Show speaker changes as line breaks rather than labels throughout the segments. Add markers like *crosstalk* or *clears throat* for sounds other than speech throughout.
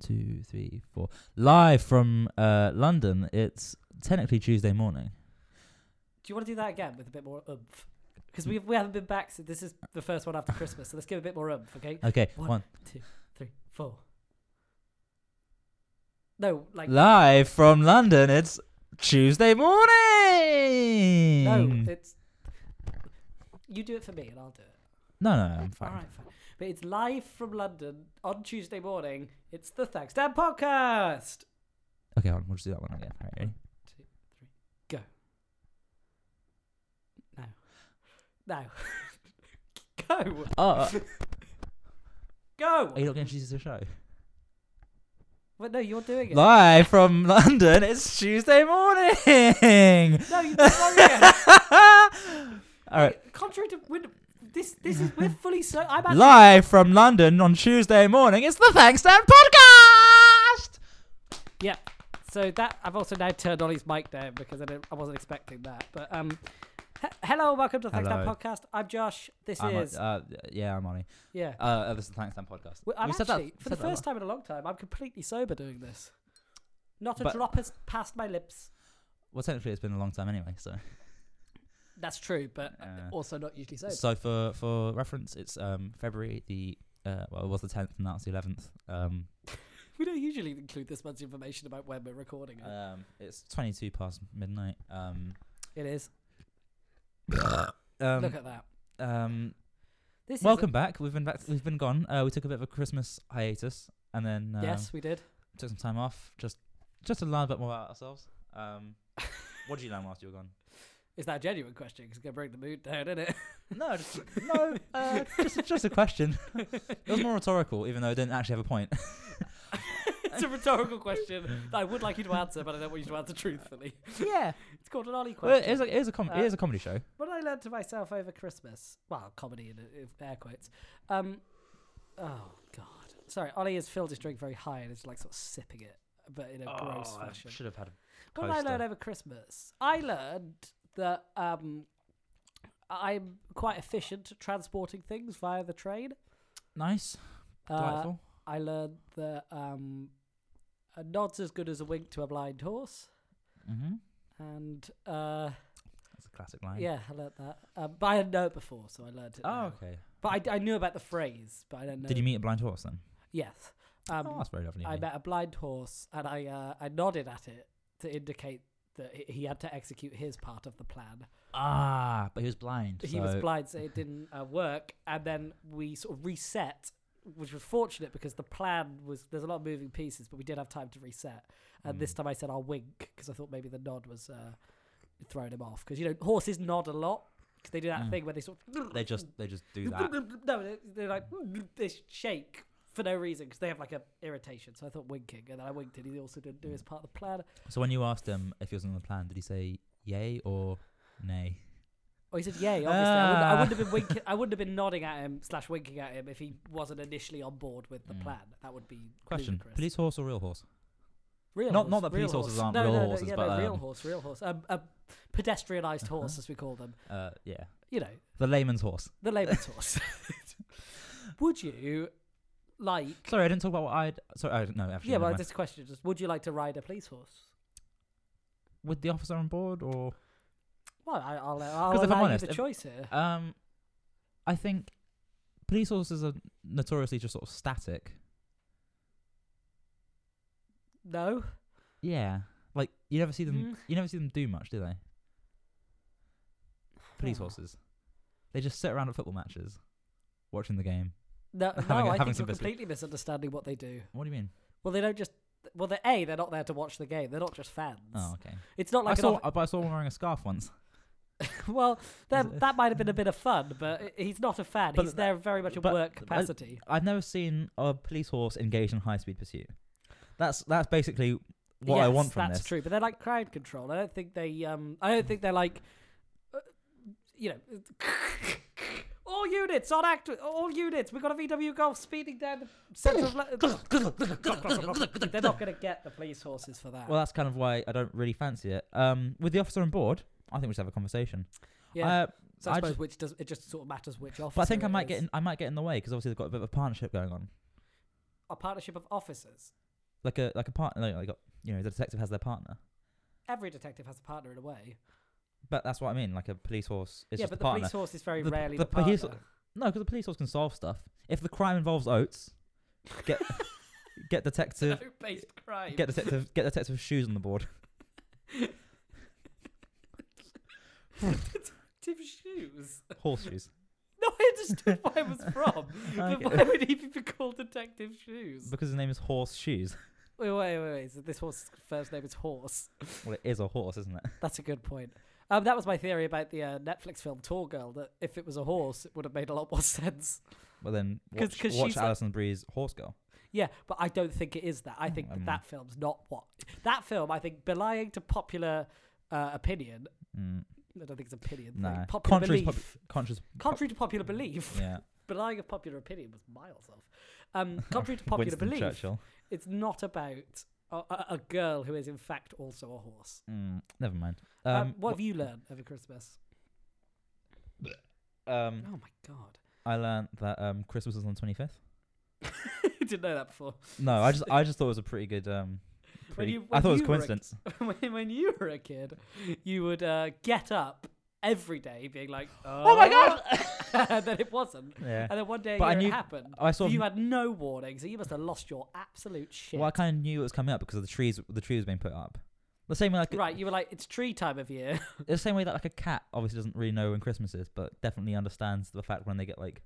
two, three, four. Live from uh, London. It's technically Tuesday morning.
Do you want to do that again with a bit more oomph? Because we we haven't been back. So this is the first one after Christmas. So let's give a bit more oomph, okay?
Okay,
One,
one.
Three, four. No, like
Live from London. It's Tuesday morning.
no, it's. You do it for me, and I'll do it.
no, no, I'm fine.
All right, fine. But it's live from London on Tuesday morning. It's the Thanks Dan podcast.
Okay, hold on, we'll just do that one again. All right, ready?
No, *laughs* go,
Oh,
go.
are you not going to introduce the show?
But no, you're doing it.
Live from London. It's Tuesday morning. *laughs*
no, you're not doing it.
All right.
Contrary to when, this, this is we're fully so. I'm actually,
Live from London on Tuesday morning, it's the Thanks Dan podcast.
yeah. So that I've also now turned Ollie's mic down because I, didn't, I wasn't expecting that. But um, he- hello, welcome to the Thanks Dan
Hello.
podcast. I'm Josh. This
I'm,
is
uh, yeah, I'm Arnie.
yeah.
Uh, uh, this is the Thanks Dan podcast.
Well, I'm
You said that-
actually,
you
for the
said that
first time in a long time, I'm completely sober doing this. Not a
But-
drop has passed my lips.
Well, technically, it's been a long time anyway. So,
That's true, but
uh,
also not usually sober.
so for for reference, it's um February the uh, well, it was the 10th, and now it's the 11th. Um,
We don't usually include this much information about when we're recording it.
um, it's 22 past midnight.
*coughs*
Um,
it is.
um,
Look at that.
um,
This
welcome back. We've been back. We've been gone. Uh, we took a bit of a Christmas hiatus, and then
Is
um,
a, yes, we did.
took some time off just just to learn a bit more about ourselves.
*laughs*
Um, what did you learn whilst you were gone?
Is that a genuine question? 'Cause it's going to bring the mood down, isn't it?
No, just, no, uh, just just a question. It was more rhetorical, even though I didn't actually have a point.
*laughs* it's a rhetorical question that I would like you to answer, but I don't want you to answer truthfully.
yeah,
It's called an Ollie
well,
question.
it
Uh,
is a it is a, com- it is a comedy show.
what did I learn to myself over Christmas? Well, comedy in in air quotes. Um, oh God, sorry. Ollie has filled his drink very high and is like sort of sipping it, but in a gross
Oh, I
fashion.
should have had. A,
What did I learn
coaster.
over Christmas? I learned that um, I'm quite efficient at transporting things via the train.
nice,
Uh,
delightful.
I learned that um, a nod's as good as a wink to a blind horse,
mm-hmm.
and uh,
That's a classic line.
yeah, I learned that. Um, but I had known it before, so I learned it.
Oh,
now.
okay.
But I, I knew about the phrase, but I don't know.
Did you meet a blind horse then?
Yes. Um,
oh, that's very lovely. of
I
you.
met a blind horse, and I uh, I nodded at it to indicate that he- he had to execute his part of the plan.
Ah, but he was blind.
He was
so-
blind, so it didn't uh, work. And then we sort of reset, which was fortunate because the plan was there's a lot of moving pieces, but we did have time to reset. And this
Mm.
time I said I'll wink because I thought maybe the nod was uh, throwing him off because you know horses nod a lot because they do that
Mm.
thing where they sort of
They just they just do
*laughs*
that.
no, they- they're like hmm, they shake for no reason because they have like a irritation. So I thought winking, and then I winked, and he also didn't do his part of the plan.
So when you asked him if he was on the plan, did he say yay or nay?
Oh, he said yay. Obviously, I, wouldn't, I
Ah.
wouldn't have been winking. I wouldn't have been nodding at him slash winking at him if he wasn't initially on board with the
Mm.
plan. That would be
Question:
ludicrous.
Police horse or real horse?
Real
not-
horse,
not that
real
police horses
horse.
aren't
no,
real
no, no,
horses,
yeah,
but,
no, real
um,
horse, real horse, um, a pedestrianized horse
Uh-huh.
as we call them.
Uh, yeah,
You know,
the layman's horse. *laughs*
the labour's horse. would you like?
Sorry, I didn't talk about what I'd. Sorry, I don't know. Actually,
Yeah,
never
well,
mind.
this question is just: Would you like to ride a police horse?
with the officer on board, or
Well, I, I'll, uh, I'll
'Cause if I'm
allow
honest,
you the
if-
choice here.
um, I think police horses are notoriously just sort of static.
No.
Yeah, like you never see them.
Mm.
You never see them do much, do
*sighs*
they? Police horses. They just sit around at football matches, watching the game. *laughs*
No,
Having
no
a-
I
having
think
some
you're
biscuit.
completely misunderstanding what they do.
What do you mean?
Well, they don't just. Well, they're a. They're not there to watch the game. They're not just fans.
Oh, okay.
It's not like
I
an
saw, but I saw one wearing a scarf once. *laughs*
off- well,
Is
that
it-
that might have been a bit of fun, but i- he's not a fan.
But
he's
that-
there very much in
but-
work
but-
capacity.
I've never seen a police horse engaged in high speed pursuit. That's that's basically what I
Yes,
want from
that's
this.
true. But they're like crowd control. I don't think they. Um, I don't think they're like. uh, You know. *laughs* All units on act. All units. We've got a VW Golf speeding down the centre of. Lo- *laughs* They're not going to get the police horses for that.
Well, that's kind of why I don't really fancy it. Um, with the officer on board, I think we should have a conversation.
yeah.
Uh,
So I,
I
suppose
just-
which does it just sort of matters which officer.
but I think I
it
might get
is.
in, I might get in the way because obviously they've got a bit of a partnership going on.
a partnership of officers.
like a like a partner. Like, like a, you know, the detective has their partner.
Every detective has a partner in a way.
But that's what I mean. Like a police horse is
yeah,
just
but
a
the
partner.
police horse is very
The-
rarely
the
the,
police-
partner.
No, because the police horse can solve stuff. If the crime involves oats,
*laughs*
get get detective
based crime.
get detective get detective shoes on the board. *laughs*
Detective shoes.
Horseshoes.
*laughs* No, I understood where it was *laughs* from. But
Okay.
why would he be called Detective Shoes?
Because his name is Horse Shoes.
Wait, wait, wait, wait. So this horse's first name is Horse.
Well, it is a horse, isn't it?
That's a good point. Um, that was my theory about the uh, Netflix film Tall Girl. That if it was a horse, it would have made a lot more *laughs* sense.
But then
*laughs* 'Cause-
watch,
'cause
watch
she's like-
Alison Bree's Horse Girl.
Yeah, but I don't think it is that. I think
Hmm, I
that,
mean-
that film's not what that film. I think belying to popular uh, opinion.
Mm,
I don't think it's opinion. thing,
nah.
Popular
Contrary to,
belief.
pop- contrary to-
contrary to popular belief, *laughs*
yeah.
belying a popular opinion was miles off.
*laughs*
Um, contrary to popular
Winston
belief,
Churchill.
it's not about a, a, a girl who is in fact also a horse.
Mm, never mind.
Um,
Um,
what have you learned over Christmas?
wh- um,
Oh my god, *laughs*
I learned that um, Christmas is on twenty fifth.
didn't know that before.
No, I just I just thought it was a pretty good. Um, pretty,
you-
I
when
thought it was
you were a-
coincidence.
*laughs* when, when you were a kid, you would uh, get up every day
*gasps*
being like, oh,
my God!"
*laughs* and then it wasn't.
Yeah.
*laughs* And then one day a
But I
year
knew-
it happened.
I sort of
you had no warning, so you must have lost your absolute shit.
Well, I kind of knew it was coming up because of the trees. The trees being put up. The same way, like
right, you were like, it's tree time of year.
the same way that like a cat obviously doesn't really know when Christmas is, but definitely understands the fact when they get like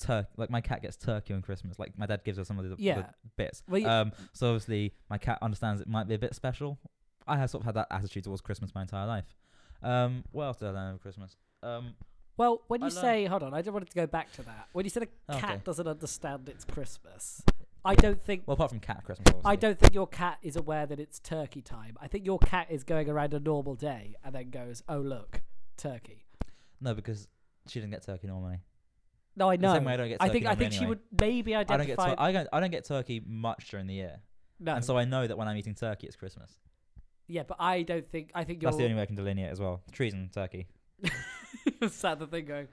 turkey. Like my cat gets turkey on Christmas. Like my dad gives her some of the, the
Yeah.
bits.
Well, you-
um, so obviously my cat understands it might be a bit special. I have sort of had that attitude towards Christmas my entire life. Um, what else did I learn over Christmas? Um,
Well, when
I
you
learned-
say, hold on, I just wanted to go back to that. When you said a
Oh,
cat
okay.
doesn't understand it's Christmas, I
Yeah.
don't think
well, apart from cat Christmas, obviously.
I don't think your cat is aware that it's turkey time. I think your cat is going around a normal day and then goes, "Oh look, turkey."
No, because she didn't get turkey normally.
No, I
The
know.
same way I don't get
I
turkey
think I
normally
think she
anyway.
would maybe
I don't get.
identify.
Tur- I don't. I don't get turkey much during the year.
no,
And so I know that when I'm eating turkey, it's Christmas.
yeah, but I don't think I think you're
That's the only way I can delineate as well. Trees and turkey.
*laughs* sat the thing going,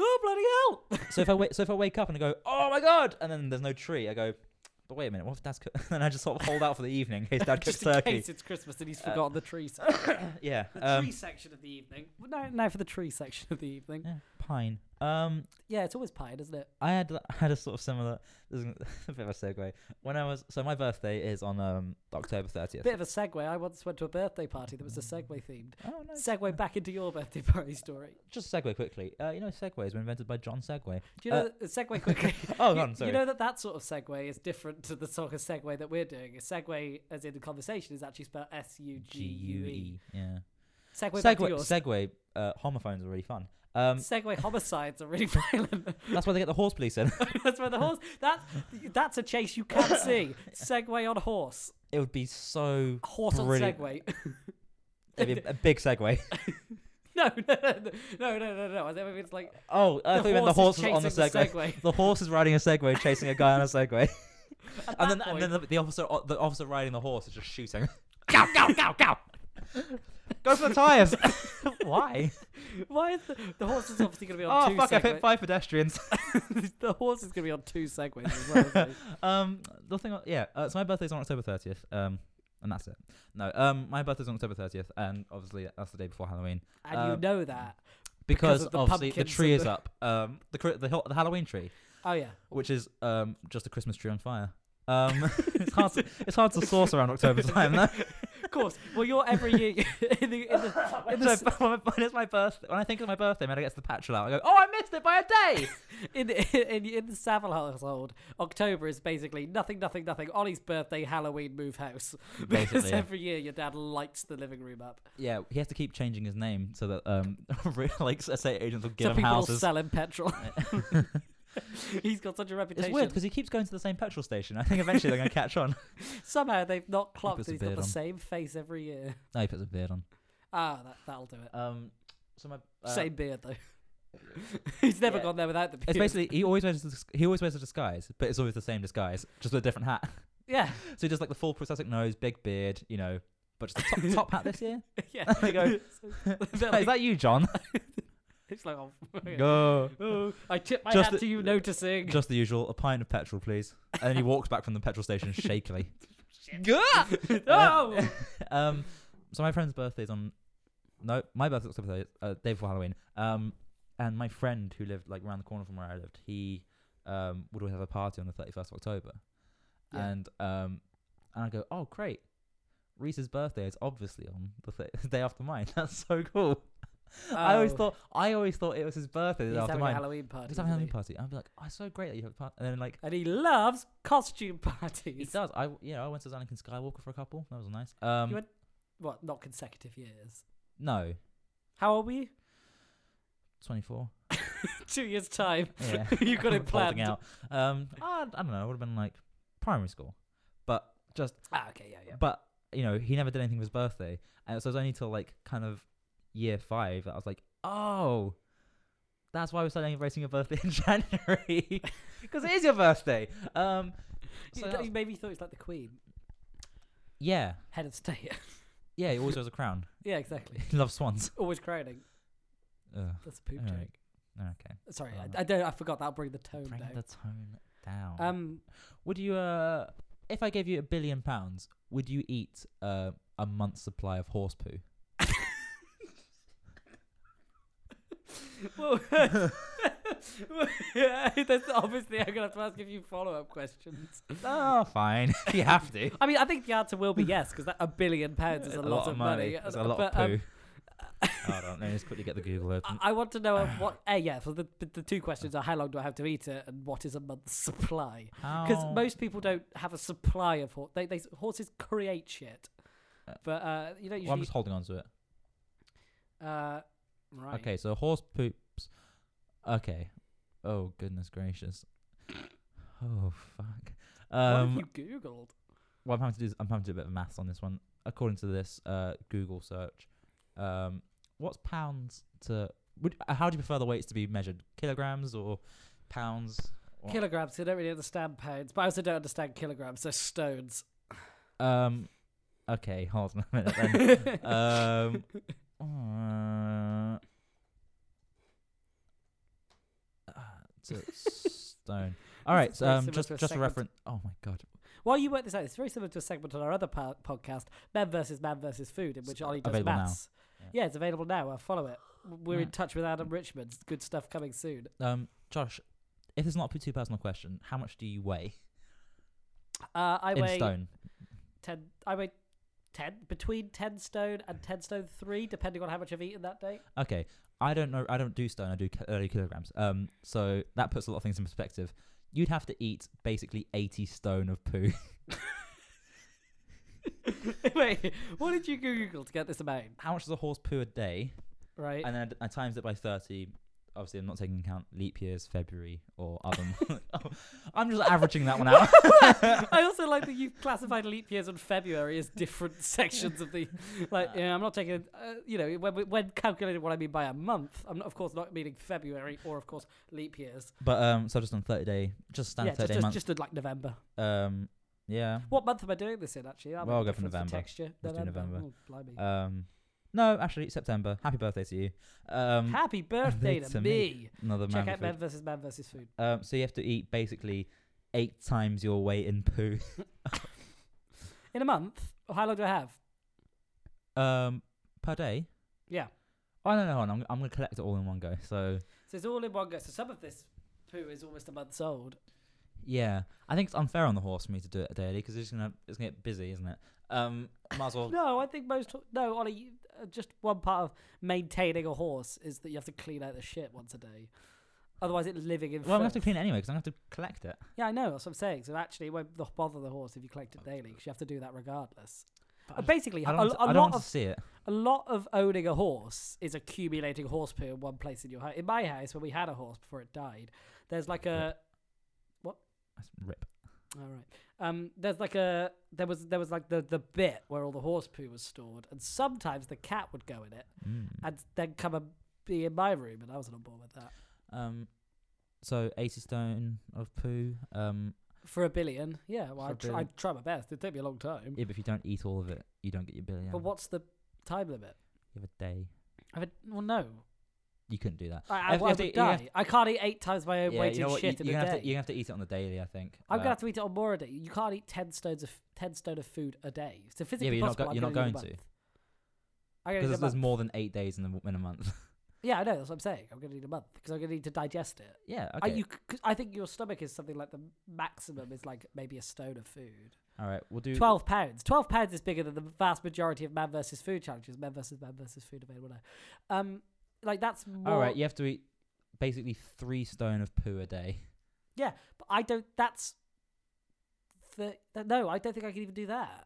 "Oh
*laughs*
bloody hell!"
So if I wait, so if I wake up and I go, oh my god, and then there's no tree, I go, but wait a minute, what if Dad's? Cook-? *laughs* And then I just sort of hold out for the evening in case Dad cooks
*laughs* Just in
turkey.
case it's Christmas and he's
Uh,
forgotten
*coughs*
the tree section.
yeah.
The
Um,
tree section of the evening. Well, No, no, for the tree section of the evening.
yeah. Pine. Um,
Yeah, it's always pie, isn't it?
I had I had a sort of similar. This is *laughs* a bit of a segue. When I was so my birthday is on um October thirtieth.
Bit of a segue. I once went to a birthday party that was a segue themed.
Oh no!
Segue back into your birthday party story.
Just a segue quickly. Uh, you know, segways were invented by John
*laughs*
Segway.
Do you know
Uh,
that,
*laughs*
segue quickly?
Oh,
*laughs* you,
no, I'm sorry.
you know that that sort of segue is different to the sort of segue that we're doing. A segue, as in the conversation, is actually spelled S U G U E.
Yeah.
Segue back to
Segway.
yours.
Segway. Uh, homophones are really fun. Um,
Segway homicides are really *laughs* violent.
that's why they get the horse police in. *laughs*
that's where the horse. That that's a chase you can't see. Segway on horse.
It would be so.
Horse
Brilliant.
on segway.
It'd be a big segue.
*laughs* No, no, no, no, no, no, no. I think it's like
Oh, I thought you meant the horse
is
was on the
chasing
segue. The, horse is riding a segue, chasing a guy on a segue,
*laughs* At
*laughs* and then
that
and
point,
then the, the officer the officer riding the horse is just shooting. *laughs*
Gow, gow, gow, gow.
Go for the
*laughs*
tires. *laughs* Why?
Why is the, the horse is obviously going to be on
Oh
two
fuck! I
segways.
hit five pedestrians.
the horse is going to be on two segways as well. *laughs* isn't it?
um, the thing, yeah. Uh, so my birthday's on October thirtieth. Um, and that's it. No, um, my birthday's on October thirtieth, and obviously uh, that's the day before Halloween
And you
Um,
know that.
because,
Because of the
obviously the
pumpkins
tree
and
is
the-
up. Um, the cri- the, hel- the Halloween tree,
Oh yeah.
which is um just a Christmas tree on fire. Um, *laughs* it's hard to it's hard to source around October time *laughs* though.
*laughs* Of course. Well, you're every year *laughs* in the, in *laughs* the
When *laughs* I- when I- when it's my birthday, when I think it's my birthday, man, I get to the patch out. I go, oh, I missed it by a *laughs* day.
in the, in, in the Savile household. October is basically nothing, nothing, nothing. Ollie's birthday, Halloween, move house. *laughs* Because
Basically, yeah.
every year your dad lights the living room up.
yeah, he has to keep changing his name so that um, *laughs* re- like estate agents will give
so
him
people
houses.
sell
*laughs*
him petrol. *laughs* He's got such a
It's
reputation.
weird because he keeps going to the same petrol station. I think eventually *laughs* they're gonna catch on.
Somehow they've not clocked
puts
that
a
he's got
beard
the
on.
same face every year.
No, he puts a beard on.
Ah, that, that'll do it.
Um, so my uh,
same beard,
*laughs*
though. He's never
yeah.
gone there without the beard.
It's basically he always wears a dis- he always wears a disguise, but it's always the same disguise, just with a different hat.
*laughs*
*laughs*
Yeah.
So he does like the full prosthetic nose, big beard, you know,
*laughs*
but just the top, top hat this year. *laughs*
Yeah. *laughs*
They go,
So- they're *laughs*
Is that you, John? *laughs*
It's like, oh, *laughs*
Go.
oh, I tip my
Just
hat
the-
to you noticing. *laughs*
Just the usual, a pint of petrol, please. And then he walks back from the petrol station shakily.
oh,
Um, so my friend's birthday's on. No, my birthday's October 30th, uh, day before Halloween. Um, and my friend who lived like around the corner from where I lived, he um would always have a party on the 31st of October,
Yeah.
and um, and I go, oh great, Reese's birthday is obviously on the th- *laughs* day after mine. That's so cool. *laughs* I always
Oh.
thought I always thought it was his birthday the
he's
day after
having a
mine.
Halloween party.
He's having a Halloween
isn't he?
party. I'd be like, oh, it's so great that you have a party. And then like
And he loves costume *laughs*
he
parties.
does. I yeah, I went to Anakin Skywalker for a couple. That was nice. Um,
You went- What? Not consecutive years.
no,
How old were you? *laughs*
24.
Two years time.
Yeah.
*laughs* you
*laughs*
got it
Holding
planned.
out. Um, I, I don't know. It would have been like primary school, but just
Ah, okay, yeah, yeah.
but you know he never did anything for his birthday, and so it was only till like kind of year five that I was like, oh, that's why we're celebrating your birthday in *laughs* January *laughs* because it is your birthday. Um, so that
You- you
was-
maybe thought it's like the Queen,
yeah,
head of state. *laughs*
yeah. He always wears a crown. *laughs*
yeah, exactly.
He loves swans.
Always crowning.
Ugh.
That's a poop
All
joke.
right. Okay,
Sorry,
Um,
I, I don't. I forgot. That'll bring the tone
bring
down.
the tone down.
Um,
Would you, uh, if I gave you a billion pounds, would you eat uh, a month's supply of horse poo?
*laughs* well, *laughs* that's obviously I'm gonna have to ask a few follow-up questions.
Oh, fine. *laughs* you have to.
I mean, I think the answer will be yes because that a billion pounds is *laughs* a, lot, of Uh, money.
It's a lot
but,
of
um,
poo. Hold on, let me just quickly get the
*laughs*
Google open.
I, I want to know of *sighs* what. Uh, yeah, so the the- the two questions are how long do I have to eat it and what is a month's supply? Because
How-
uh, most people don't have a supply of horse. They, they horses create shit,
Uh,
but uh, you don't
Well, I'm
usually.
just holding on to it.
uh, right.
Okay, so horse poops. Okay. Oh goodness gracious. Oh fuck. Um,
what have you googled?
what I'm having to do is I'm having to do a bit of maths on this one. According to this uh, Google search, um, what's pounds to? Would uh, how do you prefer the weights to be measured? Kilograms or pounds? What?
Kilograms. So I don't really understand pounds, but I also don't understand kilograms. So stones.
Um, okay, hold on a minute.
*laughs*
Then. um, uh, uh, to
*laughs*
stone. All right.
This is
So,
very
um,
similar
just
to a
just a
segment.
reference. Oh my god.
While you work this out, it's very similar to a segment on our other po- podcast, Man versus Man versus Food, in
It's
which
a-
Ollie does
available now.
maths.
Yeah.
Yeah. it's available now. I follow it. We're in
Yeah.
touch with Adam Richmond. Good stuff coming soon.
Um, Josh, if it's not a too personal question, how much do you weigh
Uh, I
in
weigh
stone?
ten. I weigh ten between ten stone and ten stone three, depending on how much I've eaten
*laughs*
that day. *laughs*
Okay, I don't know. I don't do stone. I do ki- I do kilograms. Um, so that puts a lot of things in perspective. You'd have to eat basically eighty stone of poo. *laughs*
Wait, what did you Google to get this amount?
How much does a horse poo a day?
Right.
And then I d- I, times it by thirty. Obviously, I'm not taking account leap years, February, or
*laughs*
other. m- *laughs* I'm just averaging that one out. *laughs*
I also like that you've classified leap years and February as different *laughs* sections of the. Like, yeah, I'm not taking, uh, you know, when, we- when calculating what I mean by a month, I'm not, of course not meaning February or, of course, leap years.
But um, so I've just done thirty day, just standard
yeah,
thirty
just,
day
just,
month.
just in, like November.
Um, yeah.
What month am I doing this in, actually? That'll
Well, I'll go
make a
for
difference
November.
Texture.
Let's do November.
Oh, blimey.
Um, no, actually September. Happy birthday to you. Um, *laughs*
Happy birthday
to
to
me.
me.
another man.
Check
with
out
food.
Man versus Man versus Food.
Um, so you have to eat basically eight times your weight in poo. *laughs*
In a month, oh, how long do I have?
Um, per day.
Yeah.
Oh no, no, hold on. I'm, I'm gonna collect it all in one go. So
So it's all in one go. So some of this poo is almost a month old.
yeah, I think it's unfair on the horse for me to do it daily because it's gonna it's gonna get busy, isn't it? Um, might as well.
No, I think most no, Ollie. You, uh, just one part of maintaining a horse is that you have to clean out the shit once a day. Otherwise, it's living in.
Well, I'm gonna have to
filth.
clean it anyway because I'm gonna have to collect it.
Yeah, I know. That's what I'm saying. So actually, it won't th- bother the horse if you collect it daily because you have to do that regardless.
But I-
Uh, basically,
I
a,
don't, want to,
a
I don't
lot
want to
of
see it.
a lot of owning a horse is accumulating horse poo in one place in your house. In my house, when we had a horse before it died, there's like a
That's rip.
All right. Um, there's like a there was there was like the the bit where all the horse poo was stored, and sometimes the cat would go in it
Mm.
and then come and be in my room, and I wasn't on board with that.
Um, so 80 stone of poo. Um,
For a billion, yeah. Well,
For
I
a
tr-
billion.
I try my best. It took me a long time.
if, if you don't eat all of it, you don't get your billion.
But what's the time limit?
You have a day.
I mean, well, no.
you couldn't do that.
I, I,
If-
I
if
would
they- you
die.
have-
I can't eat eight times my own
yeah,
weight
you know
in
what? You,
shit in
are
a
gonna
day.
have to, you're gonna have to eat it on the daily, I think.
I'm gonna
Uh,
have to eat it on more a day. You can't eat ten stones of ten stone of food a day. It's physically
you're not
possible.
go-
I'm
you're not
gonna
going to.
eat a month. I'm gonna eat
because
a
there's, there's
month.
more than eight days in, the, in a month. *laughs*
Yeah, I know. That's what I'm saying. I'm gonna need a month because I'm gonna need to digest it.
yeah.
I,
Okay.
you, c- 'cause I think your stomach is something like the maximum is like maybe a stone of food.
All right. We'll do.
Twelve pounds. Twelve pounds is bigger than the vast majority of man versus food challenges. Man versus man versus food available now. Um, like that's more.
All right. You have to eat basically three stone of poo a day.
But I don't. That's. The, that, no, I don't think I can even do that.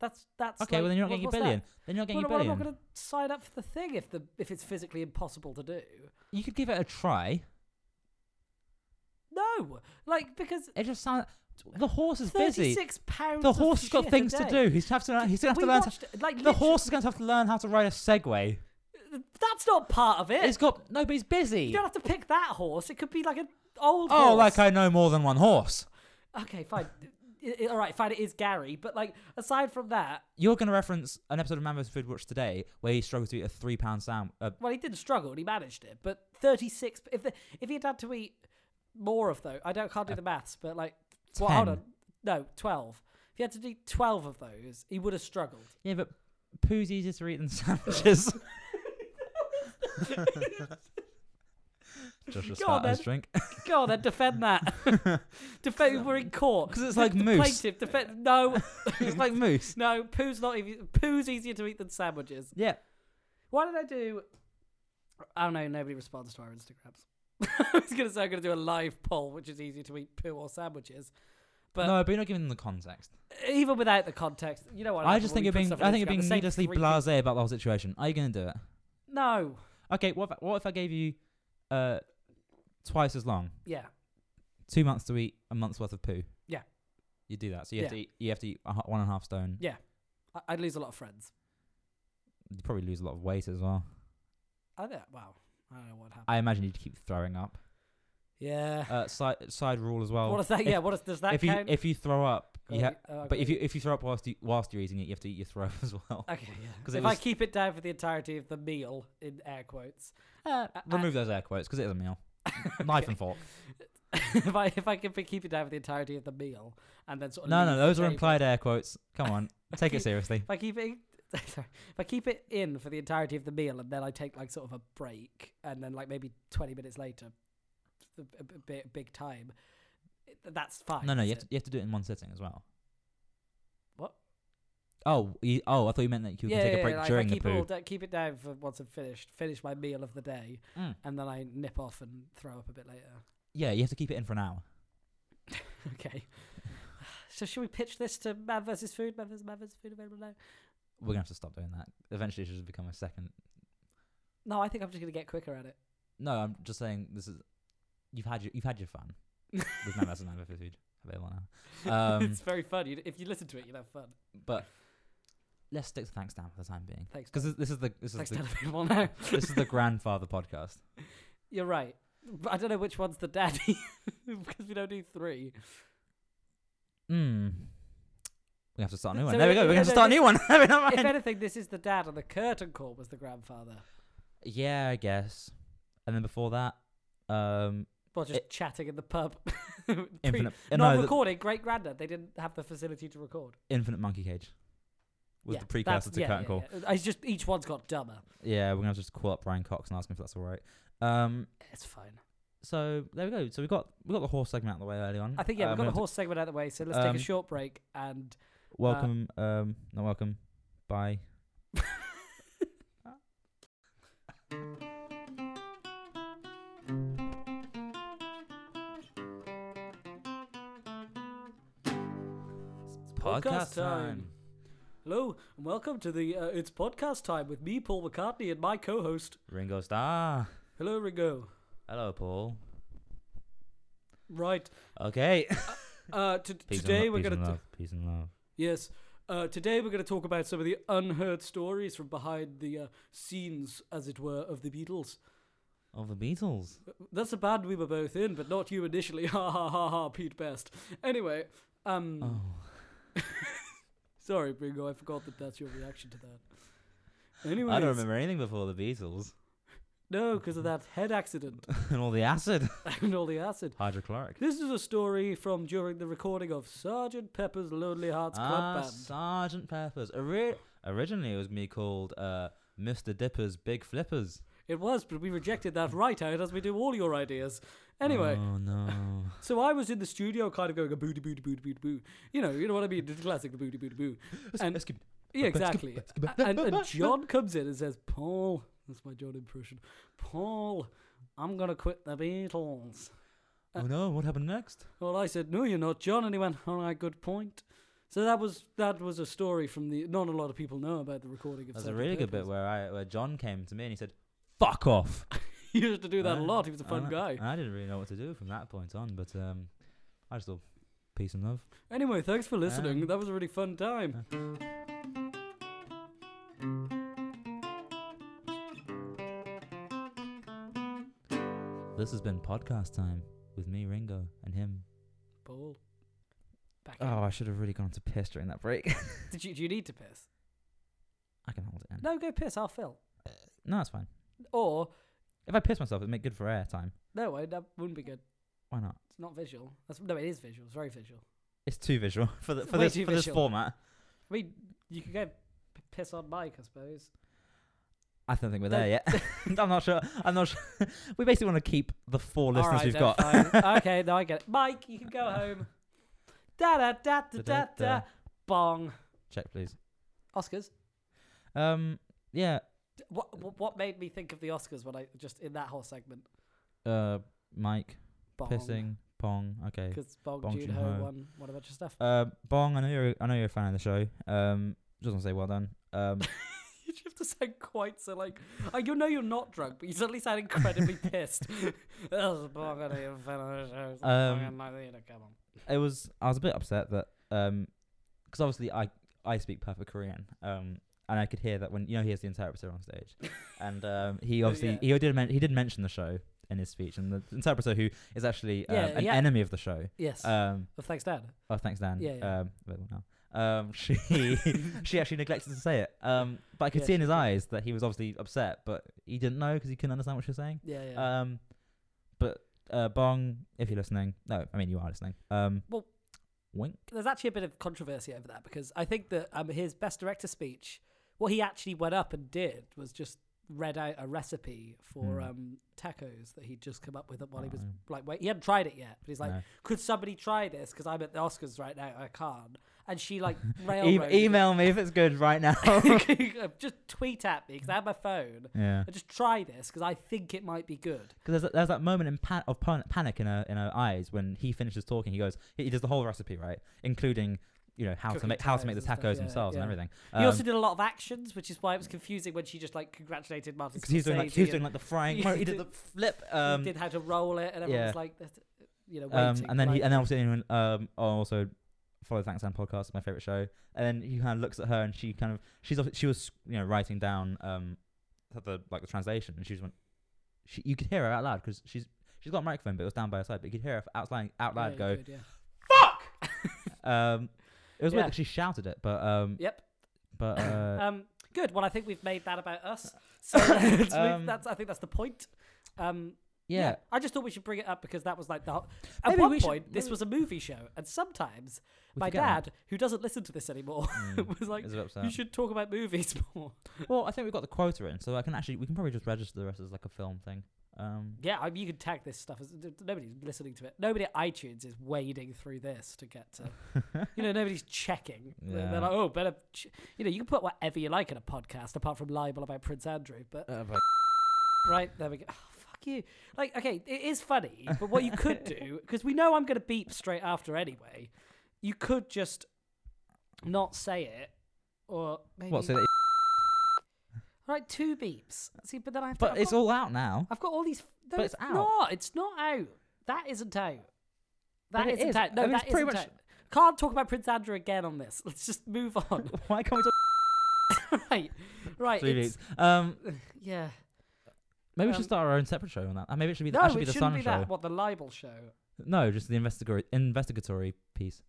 That's that's.
Okay. well,
like-
then you're not
what-
getting your
what's that?
billion. Then you're not getting
Well,
your
well,
billion.
I'm not going to sign up for the thing if the if it's physically impossible to do.
You could give it a try.
No, like because
It just sounds. The horse is busy.
thirty-six pounds.
The
of
horse has got
shit a
things to
day.
do. He's have to. He's gonna have
We
to learn. To,
watched, like
the
literally-
horse is going to have to learn how to ride a Segway.
That's not part of it.
It's got no, but he's
You
busy.
don't have to pick that horse. It could be like an old.
Oh, like
horse.
I know more than one horse.
Okay, fine. I- I- all right, fine. It is Gary, but like aside from that,
You're going to reference an episode of Man vs Food Watch today where he struggled to eat a three pound sandwich. Uh,
well, he didn't struggle and he managed it. But thirty-six. If the, if he had had to eat more of those, I don't can't
Uh,
do the maths, but like well, hold
10.
on, no, twelve. If he had to do twelve of those, he would have
*laughs*
struggled.
yeah, but poo's easier to eat than *laughs*
*laughs*
sandwiches. Josh will
Go on,
start his
then. *laughs*
drink *laughs*
God, then defend that. defend. We're in court.
because it's like
The
moose.
Plaintiff, defend. No, *laughs*
it's like moose.
no. Poo's not. Even, poo's easier to eat than sandwiches.
Yeah,
Why did I do? Oh no, nobody responds to our Instagrams. *laughs* I was gonna say I'm gonna do a live poll, which is easy to eat poo or sandwiches. But-
no, but you're not giving them the context.
Even without the context, you know what?
I
happens
just think
when we
you're
put
being.
stuff on
I think you're
Instagram, the
being
same
needlessly
three
blasé about the whole situation. Are you going to do it?
people- No.
Okay, what if, what if I gave you uh, twice as long?
Yeah.
Two months to eat a month's worth of poo.
Yeah.
You do that. So you have
Yeah.
to eat. You have to eat a, ho- one and a half stone.
Yeah. I- I'd lose a lot of friends.
You'd probably lose a lot of weight as well.
I don't. Wow. I don't know what happened.
I imagine you'd keep throwing up.
yeah. *laughs*
Uh, side side rule as well.
what is that?
if-
yeah. What is, does that
if
count?
you if you throw up, you
Gotta
ha-
eat- oh, I've
but
gotta
if you
eat-
if you throw up whilst you whilst you're eating it, you have to eat your throw up *laughs* as well.
Okay. Yeah.
'Cause
Because
it
if I
was-
keep it down for the entirety of the meal, in air quotes,
Uh,
I- I-
remove those air quotes because it is a meal. Knife and fork.
*laughs* if I if I can keep it down for the entirety of the meal, and then sort of
No,
leave
no,
the
those are
table-
implied air quotes. Come on, take it
*laughs* keep-
seriously.
If I keep it, sorry, if I keep it in for the entirety of the meal, and then I take like sort of a break, and then like maybe twenty minutes later, a, a, b- b- big time, it- that's fine.
No, no,
is
you have,
it?
to, you have to do it in one sitting as well.
What?
Oh, you, oh, I thought you meant that you
yeah,
can take
yeah,
a break
yeah, like,
during
I
the
keep It
poo.
all da- keep it down for once I've finished, finish my meal of the day,
Mm.
and then I nip off and throw up a bit later. *laughs*
Yeah, you have to keep it in for an hour.
Okay. *sighs* So should we pitch this to man versus food? Man versus man versus food available now.
We're
Mm.
gonna have to stop doing that. Eventually, it should become a second.
No, I think I'm just gonna get quicker at it.
No, I'm just saying this is. You've had your you've had your fun. There's
*laughs*
no lesson ever for food available now. Um,
it's very fun. You, if you listen to it, you'd have fun.
but let's stick to thanks Dan for the time being,
Thanks.
because this, this is the this is
Thanks,
the,
Dan, available *laughs* now.
this is the grandfather podcast.
You're right. But I don't know which one's the daddy *laughs* because we don't do three.
Hmm. We have to start a new one.
So
there we
it-
go. We're
*laughs*
gonna have to
no,
start a
this-
new one. *laughs* Never mind.
if anything, this is the dad, and the curtain call was the grandfather.
yeah, I guess. And then before that, um,
Well, just
It-
chatting in the pub. *laughs* Pre-
infinite. uh,
not
no, the-
recording. Great granddad. They didn't have the facility to record.
Infinite Monkey Cage was
Yeah,
the
that's-
precursor to
yeah,
Curtain
yeah,
Call.
yeah. It's just each one's got dumber.
Yeah. we're gonna have to just call up Brian Cox and ask him if that's all right. Um,
It's fine.
so there we go. So we got we got the horse segment out of the way early on.
I think yeah,
Uh,
we've got
we're
the
gonna
horse segment out of the way, so let's
um,
take a short break and
have to- welcome. um, not welcome. Bye. Podcast time.
Hello and welcome to the uh, it's podcast time with me, Paul McCartney, and my co-host.
Ringo Starr.
Hello, Ringo.
Hello, Paul.
Right.
*laughs* Okay.
Uh, to-
Peace and
today
lo-
we're
peace
gonna
and
t-
love. peace and love.
Yes. Uh, today we're going to talk about some of the unheard stories from behind the uh, scenes, as it were, of the Beatles.
Of the Beatles.
That's a band we were both in, but not you initially. *laughs* Ha ha ha ha, Pete Best. Anyway, um,
Oh.
sorry, Bringo, I forgot that that's your reaction to that. Anyways,
I don't remember anything before the Beatles. *laughs*
No, because of that head accident *laughs*
and all the acid.
and all the acid.
Hydrochloric.
This is a story from during the recording of Sergeant Pepper's Lonely Hearts
ah,
Club Band.
Sergeant Pepper's. Ori- originally, it was me called uh, Mr. Dipper's Big Flippers.
It was, but we rejected that right out as we do all your ideas. Anyway,
Oh
*laughs*
no.
so I was in the studio kind of going a booty booty booty booty boo. You know, you know what I mean? The classic booty booty boo. And-
Let's keep-
Yeah,
Let's go,
exactly.
let's go.
A- And, and John comes in and says, Paul, that's my John impression. Paul, I'm going to quit the Beatles. uh,
oh no, what happened next?
Well, I said, no, you're not, John. And he went, all right, good point. So that was that was a story from the. Not a lot of people know about the recording of
There's a
Sergeant
really good bit
Pepper's.
where I where John came to me and he said, "Fuck off."
*laughs* He used to do that a
Uh,
lot. He was a
and
fun
I-
guy.
and I didn't really know what to do from that point on, but um, I just thought peace and love.
Anyway, thanks for listening.
Um,
that was a really fun time.
This has been podcast time with me, Ringo, and him.
Paul. Back in.
Oh, I should have really gone to piss during that break. *laughs*
Did you, do you need to piss?
I can hold it in.
No, go piss. I'll fill.
no, it's fine.
Or,
If I piss myself, it'd make good for airtime.
no, I, that wouldn't be good.
Why not?
It's not visual. That's, no, it is visual. It's very visual.
It's too visual *laughs* for the,
It's
for
way
this
too
for this
visual.
format.
I mean, you could go p- piss on Mike, I suppose.
I don't think we're
Don't-
there yet.
*laughs*
*laughs* I'm not sure. I'm not sure. *laughs* we basically want to keep the four listeners
Alright,
we've
then,
got.
fine. okay, now I get it. Mike, you can go home. Da da da da da da. Bong.
*laughs* Check please.
Oscars.
Um. Yeah.
D- What wh- what made me think of the Oscars when I just in that whole segment?
Uh. Mike
Bong.
pissing pong. Okay.
Because Bong,
Bong
Joon Ho
Joon-ho.
won what a bunch of stuff. *laughs*
Uh. Bong. I know you're. I know you're a fan of the show. Um. Just want to say well done. Um.
you just have to sound quite so like. I you know you're not drunk, but you suddenly sound incredibly *laughs* pissed. Oh, Bong, I know you're a fan of the show. Bong, I
Um,
know you know, come on.
it was. I was a bit upset that. Um. Because obviously I I speak perfect Korean. Um. And I could hear that when you know he has the interpreter on
*laughs*
stage, and um, he
Oh,
obviously he did men- he did mention the show in his speech, and the interpreter who is actually um,
Yeah,
an
yeah.
enemy of the
*laughs*
show.
Yes.
Um,
well, thanks, Dad.
Oh, thanks, Dan.
Yeah, yeah.
Um, available now. Um, *laughs*
*laughs*
she she actually neglected to say it. Um, but I could
Yeah,
see in
she
his
did.
eyes that he was obviously upset, but he didn't know because he couldn't understand what she was saying.
Yeah, yeah.
Um, but uh, Bong, if you're listening, no, I mean you are listening. Um,
Well-
wink.
there's actually a bit of controversy over that because I think that um, his best director speech, what he actually went up and did was just read out a recipe for
Hmm.
um, tacos that he'd just come up with while he was
Oh.
like, wait, he hadn't tried it yet, but he's like,
No.
could somebody try this? Because I'm at the Oscars right now, I can't. And she like
*laughs* E-
railroaded. *laughs*
email me if it's good right now.
it. *laughs* just tweet at me because I have my phone.
yeah, *laughs*
I just try this because I think it might be good.
because there's, there's that moment in pan- of pan- panic in her in her eyes when he finishes talking. He goes, he, he does the whole recipe right, including you know how to
Cooking
make how to
tacos
make the
and stuff,
tacos
yeah,
themselves
yeah.
and everything.
he
Um,
also did a lot of actions, which is why it was confusing when she just like congratulated Martin.
because he's doing like
Scorsese
he was
and-
doing like the
*laughs*
frying.
Yeah,
part,
he
he did *laughs* the
did.
flip.
He
Um,
did how to roll it, and everyone
yeah.
was like, that's, uh, you know,
um,
waiting.
and then he
like-
and then also anyone um oh, also follow Thanks and podcast, my favorite show. And then he kind of looks at her and she kind of she's obvi- she was you know writing down um the like the translation and she just went she you could hear her out loud because she's she's got a microphone but it was down by her side but you could hear her out loud out
Yeah,
loud
you
go
could, yeah.
um it was
Yeah.
weird that she shouted it but um
Yep.
but uh,
*coughs* Um, good. Well, I think we've made that
*laughs*
about us. So *laughs* let's move-
Um,
that's I think that's the point. Um,
yeah
I just thought we should bring it up because that was like the. Ho- at
Maybe
one
we should-
point, this
maybe-
was a movie show, and sometimes
we
my
forget that.
dad, who doesn't listen to this anymore,
*laughs*
*laughs*
Mm,
was like,
is it upset?
"You should talk about movies *laughs* more."
well I think we've got the quota in so I can actually we can probably just register the rest as like a film thing um
Yeah, I mean, you can tag this stuff. As, th- nobody's listening to it. Nobody at iTunes is wading through this to get to.
*laughs*
you know, nobody's checking. They're- They're
Yeah.
like, oh, better. Ch-. You know, you can put whatever you like in a podcast, apart from libel about Prince Andrew. But
uh, but
right there we go. Oh, fuck you. Like, okay, it is funny, but what you could
*laughs*
do, because we know I'm going to beep straight after anyway, you could just not say it, or maybe
what so that
right two beeps. See, but then I have to.
But
I've
it's
got,
all out
*laughs*
now.
I've got all these. No,
But it's out.
Not. It's not out. That isn't out. That
But it
isn't
is.
out. No,
I mean, it's
that
pretty
isn't
much-
out. Can't talk about Prince Andrew again on this. *laughs* Let's just move on.
Why can't we talk
*laughs* right, right.
three weeks?
it's-
Um,
yeah.
maybe we
Um,
should start our own separate show on that. Uh, maybe it should be the,
No,
that should
it
be the
shouldn't
Sun
be
show.
that. What the libel show?
No, just the investigatory investigatory piece.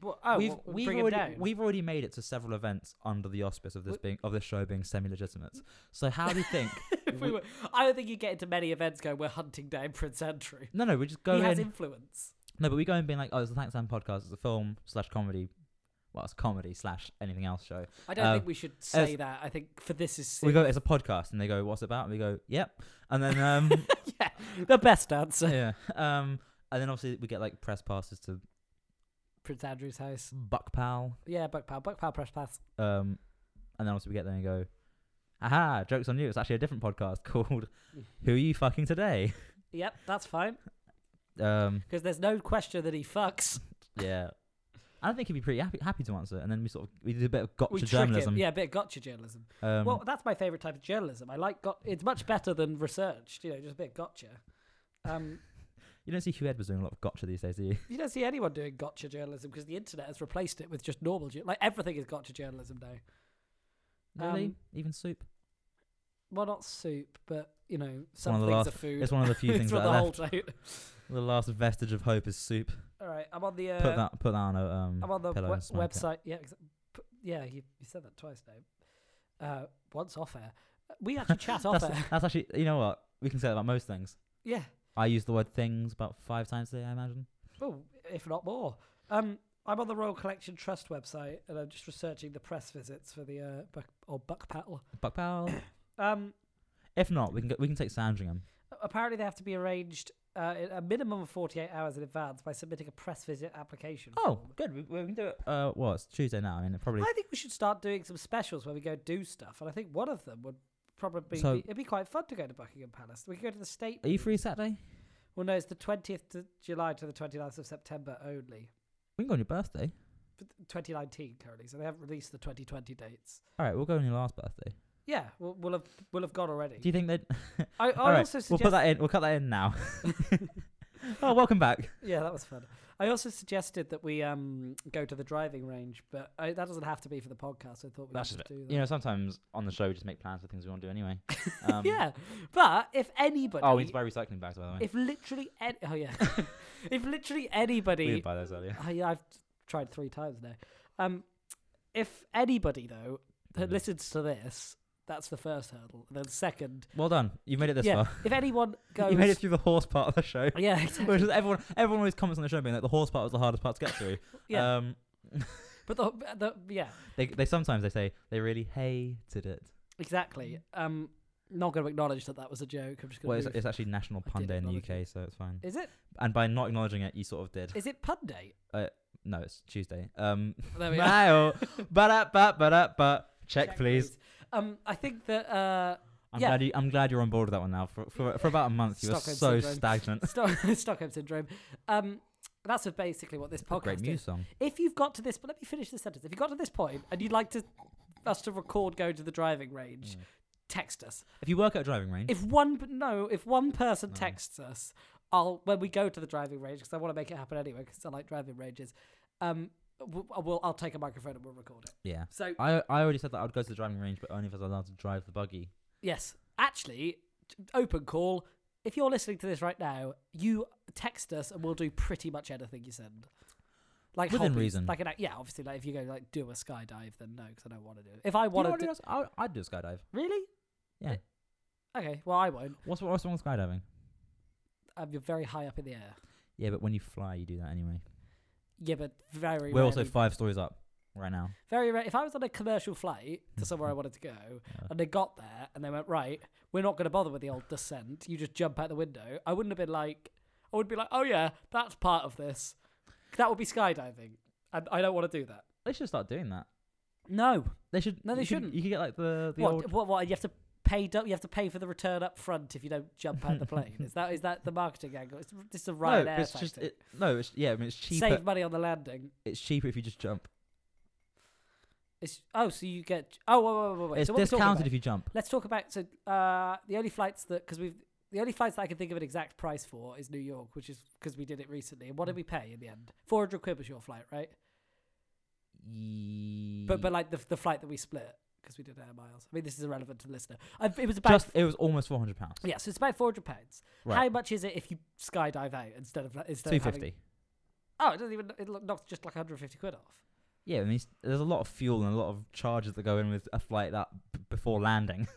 Well, oh,
we've
well,
we've
bring him
already
down.
we've already made it to several events under the auspice of this
We-
being of this show being semi-legitimate. So how do you
*laughs*
think?
*laughs* If we
we-
were, I don't think you get into many events going, we're hunting down Prince Andrew.
no, no, we just go
he has
in.
influence.
no, but we go in being like, oh, it's the Thanks Sam podcast. It's a film slash comedy. Well, it's comedy slash anything else show.
I don't
Uh,
think we should say that. I think for this is
We
sick.
go, it's a podcast, and they go, what's it about? And we go, yep. And then um,
yeah, the
*laughs*
best answer. *laughs*
yeah, um, and then obviously we get like press passes to
Prince Andrew's house.
Buck Pal.
Yeah, Buck Power, Buck Power Press Pass.
Um, and then obviously we get there and go, aha, joke's on you. It's actually a different podcast *laughs* called Who Are You Fucking Today?
Yep, that's fine
Um,
because there's no question that he fucks.
yeah. I think he'd be pretty happy, happy to answer. And then we sort of we do a bit of gotcha
We trick
journalism.
him. Yeah, a bit of gotcha journalism.
Um,
well, that's my favorite type of journalism. I like got. It's much better than researched. You know, just a bit of gotcha. Um,
you don't see Hugh Edwards doing a lot of gotcha these days, do you?
you don't see anyone doing gotcha journalism because the internet has replaced it with just normal. jour- Like everything is gotcha journalism now.
Really?
Um,
Even soup?
Well, not soup, but you know, some
one of the
things
last-
are food.
It's one of the
*laughs*
few things
it's
that
what
I
the
left.
whole day.
The last vestige of hope is soup.
All right, I'm on the. Uh,
put that put that on a um,
I'm on the
pillow
we-
and smack it.
website. Yeah, exa- p- yeah. You, you said that twice now. Uh, once off air, we actually
*laughs*
chat off
That's,
air.
that's actually you know what we can say that about most things.
Yeah.
I use the word things about five times a day, I imagine.
Oh, if not more. Um, I'm on the Royal Collection Trust website, and I'm just researching the press visits for the uh, Buck, old Buck Paddle.
Buck pal.
Um,
*coughs* if not, we can go, we can take Sandringham.
apparently, they have to be arranged uh, in a minimum of 48 hours in advance by submitting a press visit application.
Oh,
form.
good. We, we can do it. Uh, well, it's Tuesday now. I mean, it probably.
I think we should start doing some specials where we go do stuff, and I think one of them would probably
So-
be, it'd be quite fun to go to Buckingham Palace. We could go to the state.
Are you
Museum.
free Saturday?
Well, no, it's the 20th of July to the 29th of September only.
We can go on your birthday.
But 2019 currently, so they haven't released the 2020 dates.
All right, we'll go on your last birthday.
Yeah, we'll, we'll have we'll have gone already.
Do you think that?
I, I
All right,
also
we'll
suggest.
put that in. We'll cut that in *laughs* now. oh, welcome back.
yeah, that was fun. I also suggested that we um go to the driving range, but I, that doesn't have to be for the podcast. I thought we
That's
could
just
do that.
You know, sometimes on the show we just make plans for things we want to do
*laughs*
anyway. Um,
yeah, but if anybody,
Oh, we need to buy recycling bags by the way.
if literally, any, oh yeah, *laughs* if literally
we
anybody
did buy those
*laughs*
earlier.
I, I've tried three times now. Um, if anybody though that
Mhm.
listens to this, that's the first hurdle. And then second,
Well done. You made it this
yeah,
far. *laughs*
if anyone goes,
You made it through the horse part of the show.
yeah,
*laughs*
exactly.
Which is everyone everyone always comments on the show being like the horse part was the hardest part to get through.
*laughs* yeah.
Um
but the, the yeah,
they they sometimes they say they really hated it.
exactly. Um, not going to acknowledge that that was a joke. I'm just going
Well, it's,
to.
it's actually National
I did
Pun Day in the
acknowledge
UK, so it's fine.
is it
And by not acknowledging it, you sort of did.
is it pun day?
No, it's Tuesday.
*laughs*
Um,
There we are.
but
*laughs*
but but but check, please.
Um, I think that uh,
I'm
Yeah.
glad you, I'm glad you're on board with that one now. For for, for about a month, you were
Stockholm
so
syndrome.
stagnant.
Stock- *laughs* Stockholm syndrome. Um, that's basically what this podcast
Great
is.
Muse song.
if you've got to this, but let me finish this sentence. If you got to this point and you'd like to us to record going to the driving range,
Mm.
text us.
If you work at a driving range,
If one, but no, if one person
No.
texts us, I'll when we go to the driving range because I want to make it happen anyway because I like driving ranges. Um, we'll, we'll I'll take a microphone and we'll record it.
yeah.
So
I I already said that I'd go to the driving range, but only if I was allowed to drive the buggy.
yes, actually, t- open call. If you're listening to this right now, you text us and we'll do pretty much anything you send. Like
Within
hobbies,
reason.
like an, yeah, obviously, like if you go like do a skydive, then no, because I don't want to do it. If I
You know
want
what
to, do,
else? I, I'd do a skydive.
really,
Yeah.
Okay, well, I won't.
What's what's wrong with skydiving?
Um, you're very high up in the air.
Yeah, but when you fly, you do that anyway.
Yeah, but very
We're also
rarely-
five stories up right now.
very rare. If I was on a commercial flight to somewhere I wanted to go, and they got there and they went right, we're not going to bother with the old descent. You just jump out the window. I wouldn't have been like, I would be like, oh yeah, that's part of this. That would be skydiving, and I don't want to do that.
They should start doing that.
No,
They should.
No, they
you could-
shouldn't.
you could get like the the
what,
old.
what? What? You have to pay. du- You have to pay for the return up front if you don't jump *laughs* out the plane. Is that is that the marketing angle? It's just a Ryanair
no, it's just
tactic.
it, no. It's yeah. I mean, it's cheaper.
Save money on the landing.
It's cheaper if you just jump.
It's oh, so you get oh wait wait wait wait.
it's
so what we're talking
discounted
about-
if you jump.
Let's talk about so uh, the only flights that because we've the only flights that I can think of an exact price for is New York, which is because we did it recently. And what
Mm.
did we pay in the end? Four hundred quid was your flight, right? But but like the the flight that we split because we did air miles. I mean, this is irrelevant to the listener. I, it was about
just it was almost four hundred pounds.
yeah, so it's about four hundred pounds.
Right.
How much is it if you skydive out instead of like, instead
Two
of having-
fifty.
Oh, it doesn't even. It lo- knocks just like 150 quid off.
Yeah, I mean, s- there's a lot of fuel and a lot of charges that go in with a flight that b- before landing.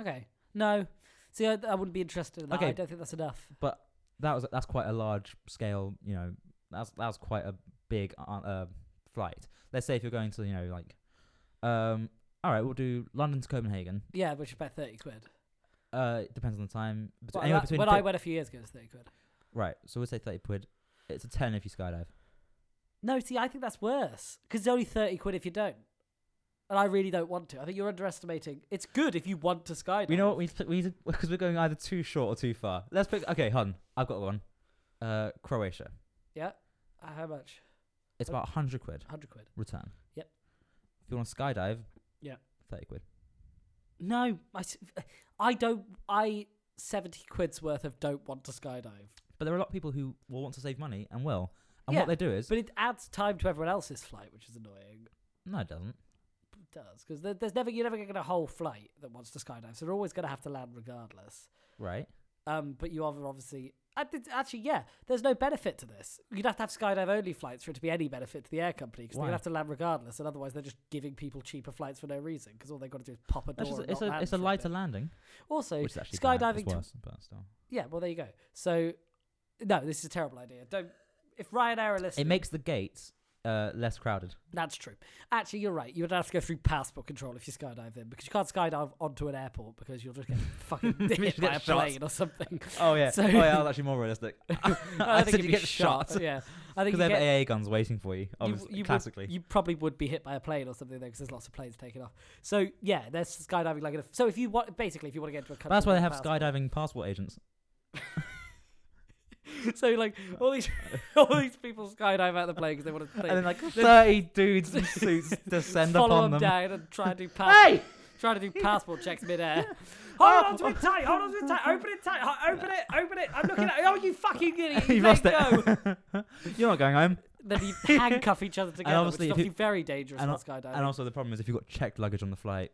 Okay. No. See, I, I wouldn't be interested in that.
Okay.
I don't think that's enough.
That was that's quite a large scale. You know, that's that was quite a big uh, uh, flight. Let's say if you're going to you know like, um, all right, we'll do London to Copenhagen.
Yeah, which is about 30 quid.
Uh, it depends on the time. Bet-
Well,
anywhere
that-
between
when
fif-
I went a few years ago, it was 30 quid.
right, so we'll say thirty quid. It's a ten if you skydive.
No, see, I think that's worse because it's only 30 quid if you don't. And I really don't want to. I think you're underestimating. It's good if you want to skydive.
You know what we pl- we *laughs* because we're going either too short or too far. Let's pick. Okay, hun, I've got one. Uh, Croatia.
Uh, How much?
It's about hundred quid
100 quid.
return.
Oh. Yep.
If you want to skydive.
Yeah.
Thirty quid.
No, I, s- I don't. I 70 quid's worth of don't want to skydive.
But there are a lot of people who will want to save money and will. And
Yeah,
what they do is
But it adds time to everyone else's flight, which is annoying.
no, it doesn't.
It does because there, there's never you're never going to get a whole flight that wants to skydive, so they're always going to have to land regardless.
Right.
Um, but you are obviously I did- actually, yeah, there's no benefit to this. You'd have to have skydive only flights for it to be any benefit to the air company because they're
Why?
gonna have to land regardless, and otherwise they're just giving people cheaper flights for no reason because all they've got to do is pop a door.
That's just,
and
it's
not
a
land
it's a
for
lighter
bit.
landing,
Also,
which is actually bad.
skydiving
It's
to-
worse, but still.
yeah, well there you go. So, no, this is a terrible idea. Don't. If Ryanair are
It
listening,
makes the gates uh, less crowded.
that's true. Actually, you're right. You would have to go through passport control if you skydive in because you can't skydive onto an airport because you'll
*laughs*
just get fucking
You
hit
just
by
get
a
shot.
plane or something.
Oh
*laughs*
yeah.
*laughs* So-
oh yeah. I was actually more
*laughs*
realistic. I,
I think
said
you'd
you
be
get shot
Yeah,
*laughs*
I
because
think you
they have
get-
AA guns waiting for you. Obviously,
you would-
classically.
you probably would be hit by a plane or something though, because there's lots of planes taking off. So yeah, there's skydiving like a, so. If you want, basically, if you want to get into a country,
But that's why they have
with a
skydiving passport agents.
passport- *laughs* So like all these all these people skydive out the plane because they want to
*laughs* And then
they *laughs*
like thirty dudes in suits descend
follow
upon them.
them down and try
*laughs*
and do pass,
Hey!
try to do passport checks midair.
*laughs* Oh!
Hold on to it tight. Hold on to
*laughs*
it tight. Open it tight. ho- Open it. Open it. I'm looking at. Oh, you fucking
*laughs*
idiot!
you lost
let
it.
go.
*laughs* You're not going
*laughs*
home.
Then you handcuff each other together,
obviously
which
if
is
you-
obviously very dangerous
and
while
al-
skydiving.
And also the problem is if you've got checked luggage on the flight,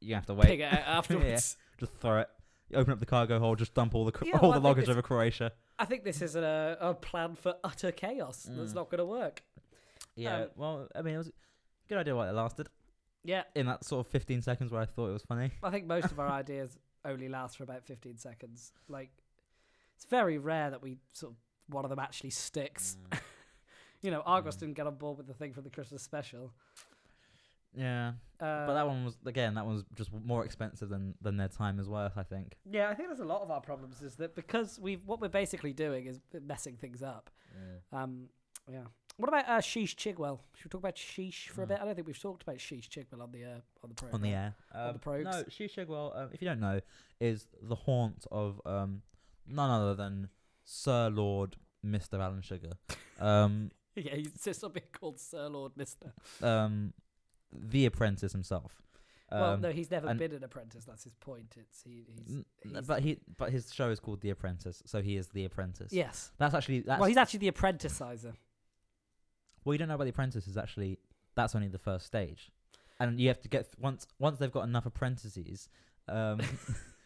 you have to wait.
Pick it out afterwards.
*laughs* Just throw it. You open up the cargo hold. Just dump all the cr-
Yeah,
all
well, I
the
think
luggage
it's-
over Croatia.
I think this is a, a plan for utter chaos that's
Mm.
not going to work.
Yeah.
Um,
well, I mean, it was a good idea why it lasted
Yeah,
in that sort of 15 seconds where I thought it was
*laughs*
funny.
I think most of our ideas only last for about 15 seconds. Like, it's very rare that we sort of one of them actually sticks. You know, Argos
Mm.
didn't get on board with the thing from the Christmas special.
Yeah.
Uh,
but that one was again that one was just more expensive than than their time is worth. I think.
Yeah, I think there's a lot of our problems is that because we have what we're basically doing is messing things up. Um, yeah. What about uh, Sheesh Chigwell? Should we talk about Sheesh for a
Mm.
bit? I don't think we've talked about Sheesh Chigwell on the uh, on the program.
On the air. Um,
the progs.
No, Shishagwell, um, if you don't know, is the haunt of um, none other than Sir Lord Mister Alan Sugar.
*laughs*
Um,
*laughs* Yeah, he insists on being called Sir Lord Mister.
um, the apprentice himself.
well,
Um,
no, he's never
and- Mm,
been an apprentice. That's his point. It's he, he's,
n-
he's
but he but his show is called The Apprentice, so he is the apprentice.
yes.
That's actually that's
well, he's actually the apprenticizer.
what you don't know about the apprentice is actually that's only the first stage. And you have to get once once they've got enough apprentices,
*laughs*
um,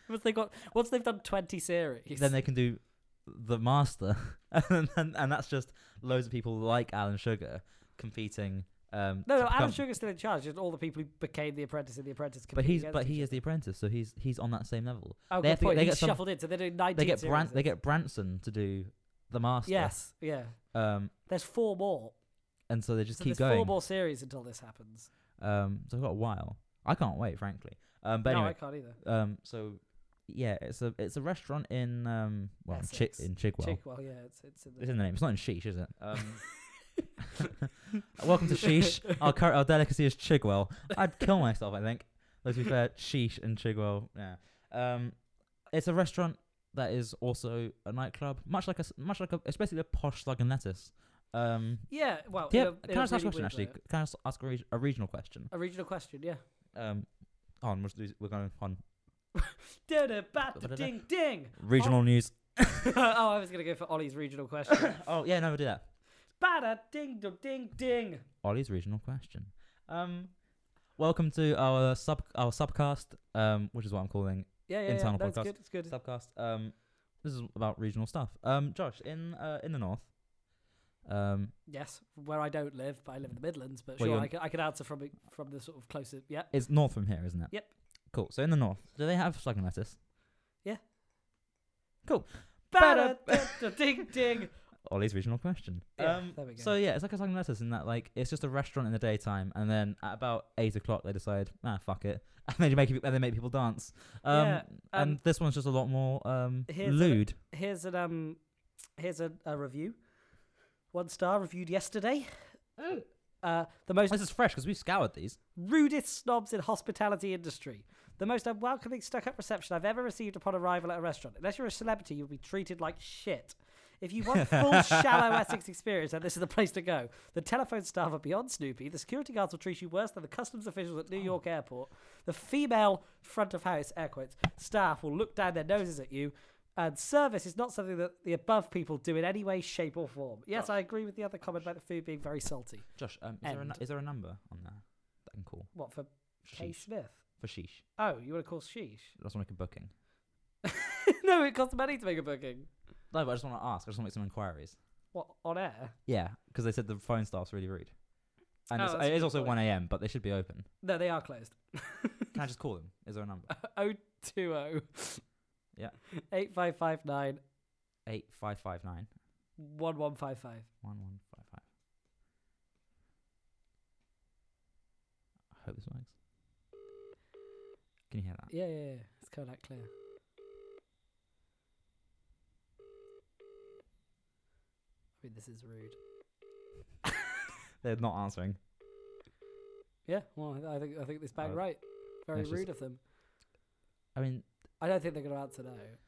Once they got, once they've done twenty series,
then they can do the master, *laughs* and, and and that's just loads of people like Alan Sugar competing. Um,
no,
to
no, Alan
become-
Sugar's still in charge. Just all the people who became the apprentice and the apprentice.
but
compete
he's
against
but
each
he is the apprentice, so he's he's on that same level.
other. Oh,
they
good
have to get-
point.
they
he's
get some-
shuffled in, so they're doing nineteen.
They get
series.
Bran- they get Branson to do the master.
yes, yeah.
Um,
There's four more.
and so they just
so
keep
there's four
going.
more series until this happens.
Um, so I've got a while. I can't wait, frankly. Um, but
no,
anyway,
I can't either.
um, so yeah, it's a it's a restaurant in um, well, in, Chi-
Essex.
in Chigwell.
Chick, well, yeah, it's it's in the.
it's in the name. It's not in Sheesh, is it?
*laughs*
Um, *laughs* welcome to Sheesh. Our current our delicacy is Chigwell. I'd kill myself, I think. Let's be fair, Sheesh and Chigwell. Yeah. Um, it's a restaurant that is also a nightclub, much like a s- much like a, it's basically a posh slug and lettuce. Um,
yeah, well,
do you
in
have-
a, in
can I
a
just ask a
really
question?
weird
Actually,
way.
can I just ask a, reg- a regional question?
uh, a regional question, yeah.
um on we're, we're going on
Da-da-ba-da Ding ding.
regional news
*laughs* oh, I was gonna go for Ollie's regional question.
oh yeah no we'll do that
Bada ding do ding ding.
ollie's regional question um welcome to our sub our subcast um which is what i'm calling
Yeah, yeah, yeah.
Internal
No, it's
podcast.
good. It's good.
subcast um This is about regional stuff. Um, Josh, in uh, in the north, um,
Yes, where I don't live, but I live in the Midlands. But
Well,
sure,
you're-
I could, I could answer from it- from the sort of closer. Yeah,
it's north from here, isn't it?
Yep.
Cool. So in the north, do they have slug and lettuce? Ba-da-
Ba-da-da-da, ding ding.
Ollie's regional question.
Yeah,
um,
there we go.
So yeah, it's like a slug and lettuce in that like it's just a restaurant in the daytime, and then at about eight o'clock they decide, ah, fuck it, *laughs* and they make and they make people dance. Um,
Yeah,
*laughs* and
um,
this one's just a lot more um
here's a-
lewd.
Here's an um, here's a, a review. One star reviewed yesterday.
Oh.
Uh, the most
This is fresh because we've scoured these.
rudest snobs in hospitality industry. The most unwelcoming stuck-up reception I've ever received upon arrival at a restaurant. Unless you're a celebrity, you'll be treated like shit. If you want full shallow Essex experience, then this is the place to go. The telephone staff are beyond Snoopy. The security guards will treat you worse than the customs officials at New York Airport. The female front of house air quotes staff will look down their noses at you. And service is not something that the above people do in any way, shape, or form. Yes, I agree with the other comment about the food being very salty.
Josh, um, is, there a, nu-
End.
is there a number on there that I can call?
What for Kay
Sheesh.
Smith?
For sheesh.
Oh, you want to call sheesh? *laughs*
That's want to make a booking.
no, it costs money to make a booking.
No, but I just want to ask. I just want to make some inquiries.
What on air?
Yeah, because they said the phone staff's really rude. And
Oh,
it's,
that's a
it
good
is also
point.
1 a.m., but they should be
*laughs*
open.
No, they are closed.
Can I just call them? Is there a number?
O two O.
Yeah.
Eight five five nine
8559
one one five five.
1155. I hope this works. Can you hear that?
Yeah, yeah, yeah. It's kind of like clear. I mean, this is rude.
They're not answering.
Yeah. Well, I- I think I think this bang
Uh,
right. Very
it's just-
rude of them.
I mean,
I don't think they're going to answer no.
In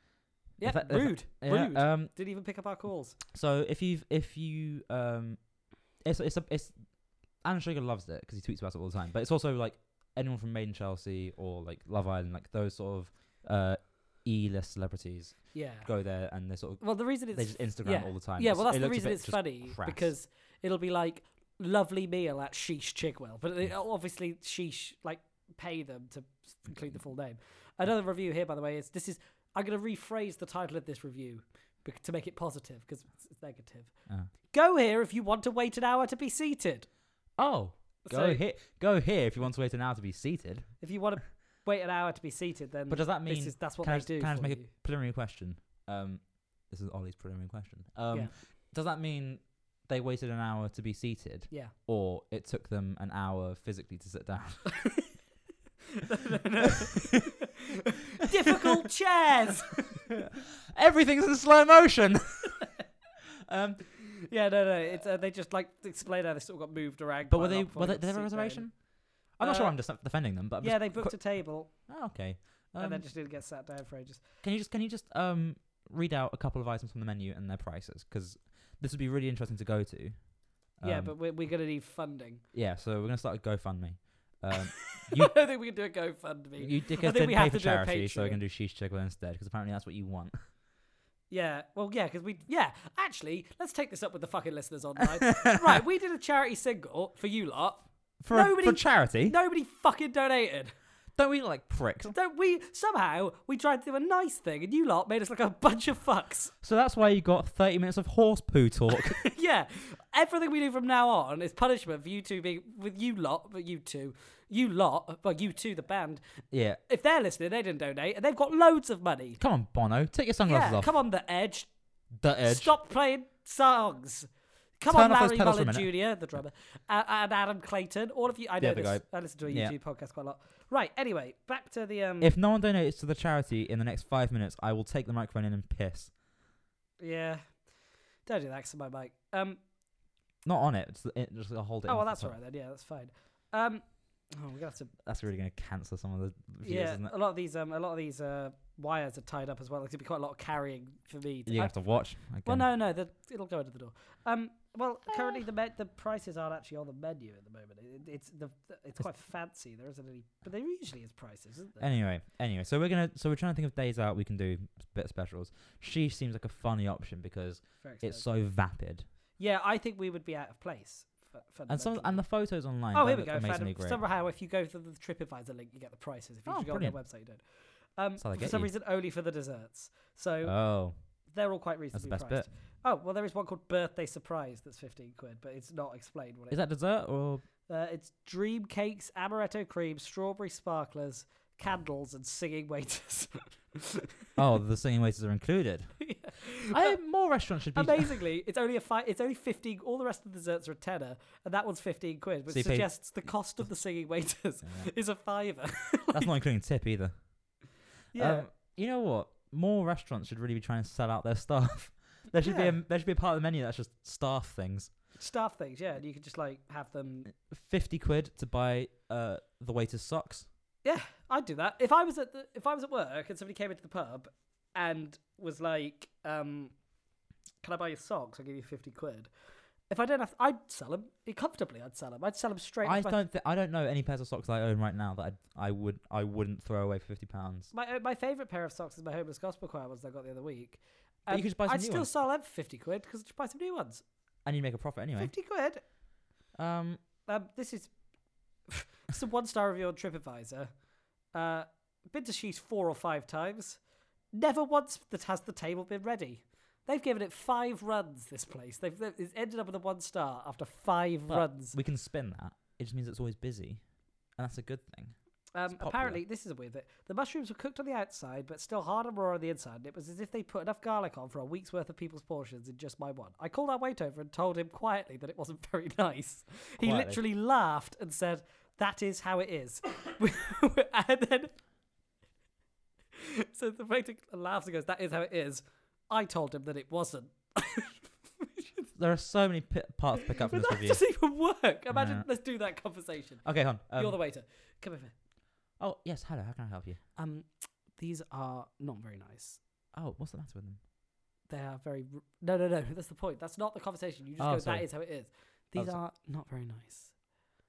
Yeah,
fact- in fact-
rude.
yeah,
rude.
um,
Didn't even pick up our calls.
So if you've if you um, it's it's a, it's Alan Sugar loves it because he tweets about it all the time. But it's also like anyone from Maiden Chelsea or like Love Island, like those sort of uh, E-list celebrities
Yeah.
go there and they sort of
Well, the reason it's
they just Instagram
yeah.
all the time.
Yeah,
It's-
well, that's
it
the
looks a
reason
bit
it's
just
funny
crass.
because it'll be like lovely meal at Sheesh Chigwell, but
Hmm.
it, obviously Sheesh like pay them to s- include the full name. Another review here, by the way, is this is I'm going to rephrase the title of this review bec- to make it positive because it's, it's negative.
Uh.
Go here if you want to wait an hour to be seated.
Oh, go
So-
here, go here if you want to wait an hour to be seated.
If you want to wait an hour to be seated, then
But does that
this
mean
is, that's what
can I
they
just-
do
can I just
for
make a
you.
preliminary question? Um, this is Ollie's preliminary question. Um,
Yeah.
does that mean they waited an hour to be seated? *laughs*
Yeah. *laughs*
or it took them an hour physically to sit down.
Difficult chairs.
*laughs* Everything's in slow motion.
*laughs*
um,
Yeah, no, no. It's uh, they just like explain how they sort of got moved around.
but
quite
were
a lot
they?
before
Were
they
they did
got
they have a
to sit down.
reservation? I'm not sure.
Uh,
I'm just defending them, but I'm
Yeah,
just,
they booked a table
oh, okay.
and then
Um,
just didn't get sat down for ages.
can you just can you just um read out a couple of items from the menu and their prices? Because this would be really interesting to go to.
yeah,
Um,
but we're, we're gonna need funding. *laughs*
yeah. So we're gonna start a GoFundMe. Um,
I don't think we can do a GoFundMe.
you
I
dickheads
think
didn't
we
pay
have
for
to do a
charity, so we're
Patreon.
gonna do shish chicken instead. Because apparently that's what you
*laughs*
want.
Yeah, well, yeah, because we yeah. Actually, let's take this up with the
*laughs*
fucking listeners online. right, we did a charity single for you lot.
for a- for
Nobody-
charity.
Nobody fucking donated.
Don't we look like pricks?
Don't we? Somehow we tried to do a nice thing, and you lot made us look a bunch of fucks.
So that's why you got 30 minutes of horse poo
*laughs*
talk.
yeah, everything we do from now on is punishment for you two being with you lot, but you two, you lot, well, you two, the band.
yeah.
If they're listening, they didn't donate, and they've got loads of money.
Come on, Bono. Take your sunglasses
Yeah,
off.
come on, the Edge.
The edge.
Stop playing songs. Come
Turn
on,
off those
Larry
pedals for a
Mullen Jr., the drummer, and, and Adam Clayton. All of you, I know
Yeah, the
this.
guy.
I listen to a
Yeah.
YouTube podcast quite a lot. Right. Anyway, back to the um.
If no one donates to the charity in the next five minutes, I will take the microphone in and piss.
yeah, don't do that to my mic. Um.
Not on it. Just, it, just I'll hold it.
Oh
in
well,
the
that's
top.
all right then. Yeah, that's fine. Um. Oh, we're gonna have to
That's really going to cancel some of the views,
yeah,
isn't it?
a lot of these um, a lot of these uh, wires are tied up as well. It's gonna be quite a lot of carrying for me. to-
You
I-
have to watch. Again.
well, no, no, the, it'll go into the door. Um, well, currently the me- the prices aren't actually on the menu at the moment. It, it's the it's quite fancy. There isn't any, but there usually is prices, isn't there?
Anyway, anyway, so we're gonna so we're trying to think of days out we can do bit specials. She seems like a funny option because
Very
it's
expensive.
so vapid,
yeah, I think we would be out of place. For,
and some and the photos online.
oh,
they
here we
look
go.
Amazingly
Found,
great.
somehow, if you go to the TripAdvisor link, you get the prices. If you
Oh,
just go on their
brilliant.
website, you don't. Um,
That's how they
for
get
some
you.
reason, only for the desserts. So um,
Oh,
they're all quite
that's
reasonably
the best
priced.
bit.
Oh well, there is one called Birthday Surprise that's fifteen quid, but it's not explained what it
Is that dessert or
Uh, it's dream cakes, amaretto cream, strawberry sparklers, candles, and singing waiters. *laughs*
oh the singing waiters are included?
Yeah. *laughs*
*laughs* I more restaurants should be.
Amazingly, it's only a fi- It's only fifteen. All the rest of the desserts are a tenner, and that one's fifteen quid, which
So you pay-
suggests the cost of the singing waiters *laughs*
Yeah.
is a fiver.
*laughs* That's not including tip either.
yeah,
Um, you know what? More restaurants should really be trying to sell out their staff. *laughs* There should be
Yeah.
a, there should be a part of the menu that's just staff things.
staff things. Yeah, and you could just like have them.
Fifty quid to buy uh the waiter's socks.
I'd do that if I was at the, if I was at work and somebody came into the pub and was like, um, "Can I buy your socks? I'll give you fifty quid." If I don't have, I'd sell them comfortably. I'd sell them. I'd sell them straight.
I
off my
don't th- I don't know any pairs of socks I own right now that I'd, I would I wouldn't throw away for fifty pounds.
My uh, my favorite pair of socks is my homeless gospel choir ones that I got the other week.
But you could just buy some
I'd
new
still
ones.
sell them for fifty quid because just buy some new ones.
And you make a profit anyway.
Fifty quid.
Um,
Um, this is *laughs* it's a one star review on TripAdvisor. Uh, been to Sheet four or five times. Never once that has the table been ready. They've given it five runs. This place. They've, they've it's ended up with a one star after five
But
runs.
we can spin that. It just means it's always busy, and that's a good thing.
Um,
popular.
apparently, this is a weird bit. The mushrooms were cooked on the outside, but still hard and raw on the inside. And it was as if they put enough garlic on for a week's worth of people's portions in just my one. I called our wait over and told him quietly that it wasn't *laughs* very nice. He
Quietly.
literally laughed and said, "That is how it is." *laughs* and then, *laughs* so the waiter laughs and goes, "That is how it is." I told him that it wasn't.
There are so many pi parts to
*laughs*
pick up from
But
this
that
review.
doesn't even work. Imagine.
No.
Let's do that conversation.
Okay, hon. Um,
You're the waiter. Come over.
oh yes, hello. How can I help you?
Um, these are not very nice.
Oh, what's the matter with them?
they are very r- no no *laughs* no that's the point that's not the conversation you just
Oh,
go
sorry.
that is how it is
Oh,
these
so-
are not very nice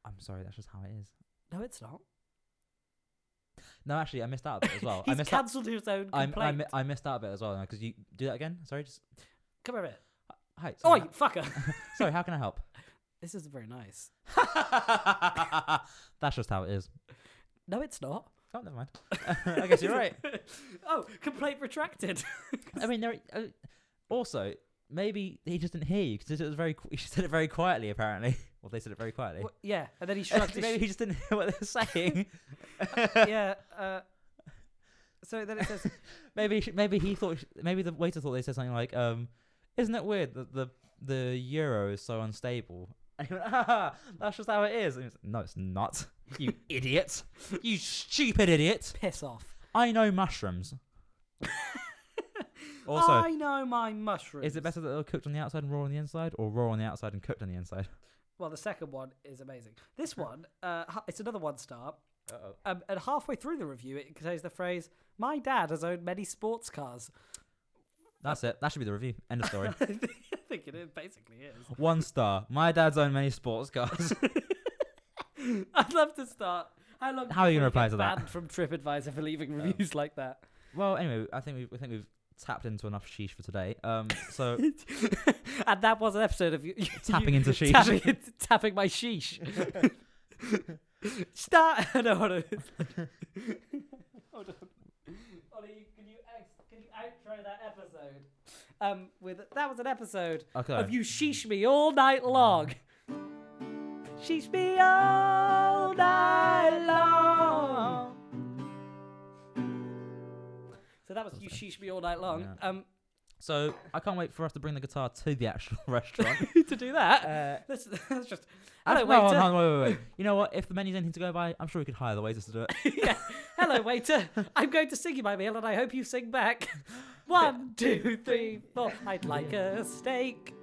I'm sorry, that's just how it is.
no it's not
No, actually, I missed out a bit as well. I
*laughs* he's
missed out.
cancelled his own
I,
complaint
I, mi- I missed out a bit as well because you do that again. Sorry, just
come over here
hi.
oh
Sorry,
you fucker *laughs*
sorry how *laughs* can I help?
this isn't very nice
that's just how it is.
no it's not
Oh, never mind. *laughs* I guess you're right.
*laughs* oh complaint
*laughs*
retracted
I mean, there. Uh, also, maybe he just didn't hear you because it was very. qu- *laughs* He said it very quietly, apparently. Well, they said it very quietly. *laughs*
Wha- yeah and then he shrugged his
maybe he just didn't hear what they were
*laughs*
saying.
sh- yeah uh so then
*laughs*
it says
maybe, he should- maybe he thought. Maybe the waiter thought they said something like, um, "Isn't it weird that the the euro is so unstable?" *laughs* And he went, "Ah, that's just how it is." And he was, no, it's not.
*laughs*
You idiot. You stupid idiot.
piss off
I know
*laughs*
mushrooms. also,
I know my mushrooms
Is it better that they're cooked on the outside and raw on the inside, or raw on the outside and cooked on the inside?
well the second one is amazing this one uh ha- it's another one star
Uh-oh.
Um, and halfway through the review, it contains the phrase, "My dad has owned many sports cars."
That's it. That should be the review. End of story.
*laughs*
*laughs*
I think it is, basically is.
One star. My dad's owned many sports cars. *laughs*
*laughs* I'd love to start. How long?
How are you
before
gonna reply
get
to that?
Banned from TripAdvisor for *laughs* leaving
Um,
reviews like that.
well, anyway, I think we've I think we've tapped into enough sheesh for today. Um, *laughs* so
and that was an episode of you, *laughs* you-
tapping into sheesh.
tapping, into- tapping my *laughs* sheesh. Start. *laughs* no, hold on. hold on. Ollie, you- can you ex- can you outro that episode? Um, with that was an episode.
okay.
of you sheesh me all night long. Sheesh me all night long. So that was you sheesh me all night long.
Yeah.
Um, *laughs*
So I can't wait for us to bring the guitar to the actual *laughs* restaurant.
to do that,
Uh,
let's, *laughs* let's just.
actually,
Hello,
no,
waiter.
no, no, wait, wait, wait. *laughs* You know what? If the menu's anything to go by, I'm sure we could hire the waiters to do *laughs* it.
yeah. Hello, waiter. I'm going to sing you my meal, and I hope you sing back. *laughs* One, two, three, four. I'd like a steak.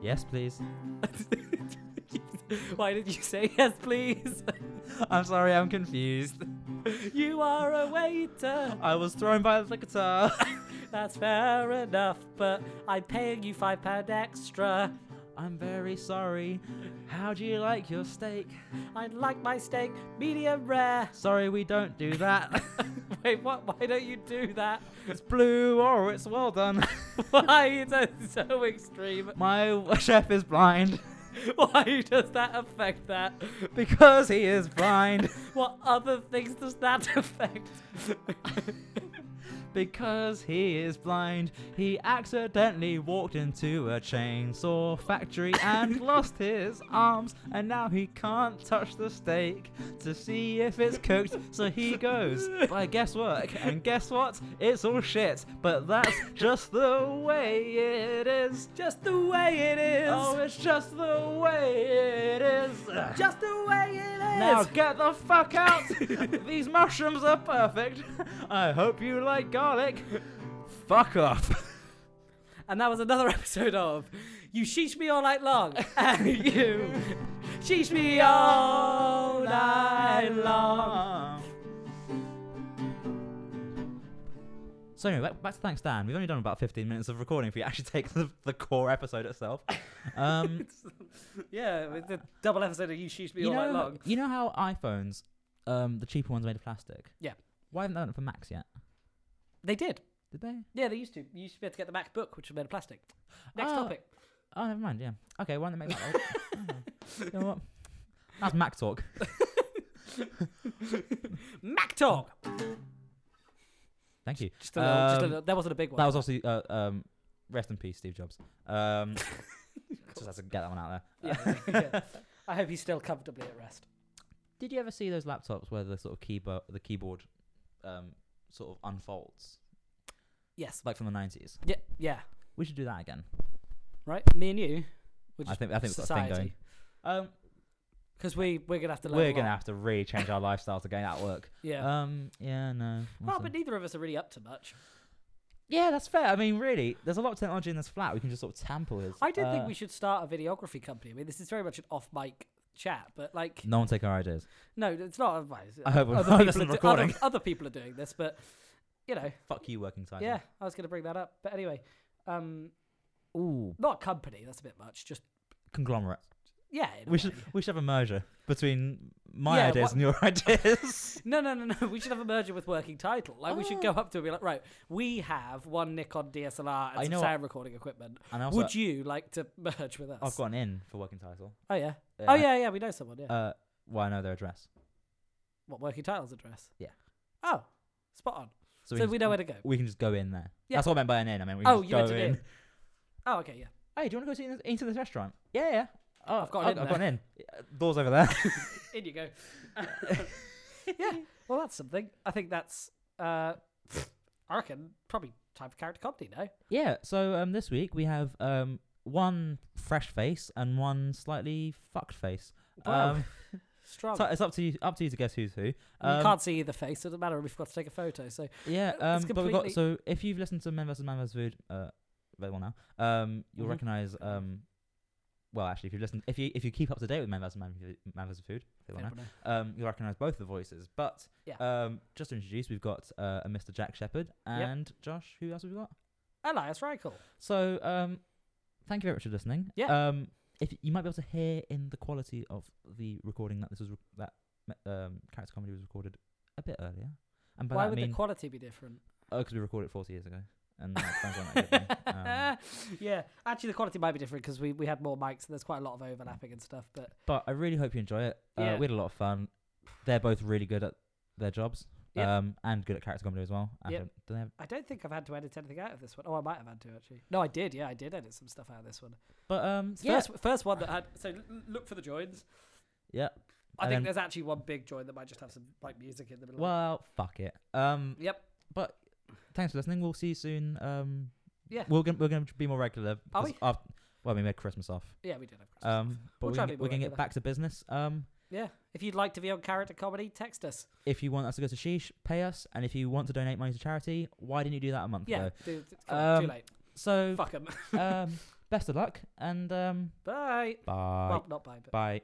yes, please.
Why did you say yes, please? *laughs*
I'm sorry, I'm confused.
You are a waiter.
I was thrown by the guitar. *laughs*
That's fair enough, but I'm paying you five pound extra.
I'm very sorry. How do you like your steak?
I'd like my steak medium rare. *laughs*
Sorry, we don't do that. *laughs*
Wait, what? Why don't you do that? *laughs*
it's blue or it's well done. *laughs*
Why is that so extreme? *laughs*
My *laughs* w- chef is blind
Why does that affect that? *laughs*
because he is blind.
*laughs* What other things does that affect?
Because he is blind, he accidentally walked into a chainsaw factory
*laughs*
and lost his arms, and now he can't touch the steak to see if it's cooked, so he goes by guesswork. And guess what? It's all shit, but that's just the way it is.
Just the way it is.
Oh, it's just the way it is. Ugh.
Just the way it is.
Now get the fuck
*laughs*
out! These mushrooms are perfect. I hope you like garlic. Fuck off.
And that was another *laughs* episode of You Sheesh Me All Night Long. *laughs* and you *laughs* Sheesh Me All Night Long.
So anyway, back, back to thanks, Dan. We've only done about 15 minutes of recording if we actually take the, the core episode itself.
*laughs*
Um,
Yeah, with the double episode of You Sheesh Me
you,
All Night
know,
Long.
you know how iPhones, um, the cheaper ones are made of plastic?
Yeah.
Why haven't they done it for Macs yet?
They did.
Did they?
Yeah, they used to. You used to be able to get the MacBook, which was made of plastic. Next
Oh.
topic. *laughs*
Oh, never mind. Yeah. Okay, why don't they make that? oh. you know what? That's Mac talk.
Mac Talk.
Thank you.
Just a little, just a
Um,
little, that wasn't a big one.
That was obviously uh, um, rest in peace, Steve Jobs.
*laughs*
Um, just has to get that one out there.
Yeah, yeah. I hope he's still comfortably at rest.
*laughs* Did you ever see those laptops where the sort of keyboard, the keyboard, um, sort of unfolds,
Yes.
like from the nineties?
Yeah. Yeah.
We should do that again.
Right. Me and you. We're
I
just
think I think we've got a thing going.
society.
Um,
Because we we're gonna have to.
we're
level
gonna
up.
have to really change our lifestyle to gain that work.
*laughs* Yeah.
Um, yeah, no.
well,
awesome.
but neither of us are really up to much.
yeah, that's fair. I mean, really, there's a lot of technology in this flat. We can just sort of tamper with.
I don't
Uh,
think we should start a videography company. I mean, this is very much an off mic chat, but like,
No one take our ideas.
no, it's not. well, it's-
I hope we're *laughs*
other
not
people, are
listening
do-
recording.
other, *laughs* other people are doing this, but you know,
Fuck you, working title.
yeah, I was going to bring that up, but anyway, um,
Ooh,
not company. That's a bit much. Just
conglomerate.
yeah. in a
We
way.
should we should have a merger between my
Yeah,
ideas
what-
and your *laughs*
*laughs*
ideas.
No, no, no, no. We should have a merger with working title. Like we should go up to it and be like, right, we have one Nikon DSLR and
I
some
know-
sound recording equipment.
and also,
Would you like to *laughs* merge with us?
I've got an in for working title.
Oh yeah. Oh yeah, yeah. We know someone. Yeah.
Uh, well, I know their address,
what working title's address?
yeah.
Oh, spot on. So,
can
we
just-
know where to go.
we can just go in there.
Yeah.
That's what I meant by an in. I mean, we can
Oh,
just
you
go
went to
in.
in. Oh, okay, yeah.
*laughs* Hey, do you want to go see, into this restaurant? Yeah, yeah. Oh,
I've got an in
I've got an in. Uh, Doors over
*laughs*
there. *laughs*
In you go. yeah. Well, that's something. I think that's. Uh, I reckon probably time for character comedy now.
yeah. So um, this week we have um one fresh face and one slightly fucked face.
Wow.
Um,
Strong.
so it's up to you. Up to you to guess who's who.
you
Um,
can't see either face. It doesn't matter. We've got to take a photo. So
Yeah, um,
It's
but we've got
completely-
so if you've listened to Men vs Man vs Food uh, very well now, um, you'll
Mhm.
recognize um, well actually if you listen if you if you keep up to date with Men vs Man, Fu- Man vs Food, very well now,
everyone-
um, you'll recognize both the voices. But
Yeah.
um, just to introduce, we've got uh, a Mr. Jack Shepherd and Josh. Who else have we got?
Elias Reichel.
So um, thank you very much for listening.
Yeah.
Um, if you might be able to hear in the quality of the recording that this was re- that um, character comedy was recorded a bit earlier. And by
Why
that
would
I mean,
the quality be different?
Oh, because we recorded it 40 years ago. And that sounds like
*laughs*
that good then. um,
yeah, actually, the quality might be different because we, we had more mics and there's quite a lot of overlapping and stuff. But
But I really hope you enjoy it. Uh,
Yeah.
We had a lot of fun. They're both really good at their jobs
Yep.
um, and good at character comedy as well. And
Yep.
um, do they have-
I don't think I've had to edit anything out of this one. Oh, I might have had to actually. No, I did. Yeah, I did edit some stuff out of this one.
But um,
It's
yeah.
First, first one that had. So l- look for the joins.
yeah.
I
And
think
then-
there's actually one big join that might just have some like music in the middle. of
Well, fuck it. Um,
it. yep.
but thanks for listening. We'll see you soon. Um,
Yeah.
We're going we're gonna be more regular.
Are
because After, well, we made Christmas off.
Yeah, we did have Christmas.
Um, but
We'll
we're
try
going
to
to
be more regular.
get back to business. Um,
yeah. If you'd like to be on character comedy, text us.
if you want us to go to Sheesh, pay us. And if you want to donate money to charity, why didn't you do that a month
Yeah.
ago?
do- do- come on, too
Um,
late.
So
Fuck 'em. *laughs*
um, best of luck and um,
bye.
bye.
Well, not bye, but
bye.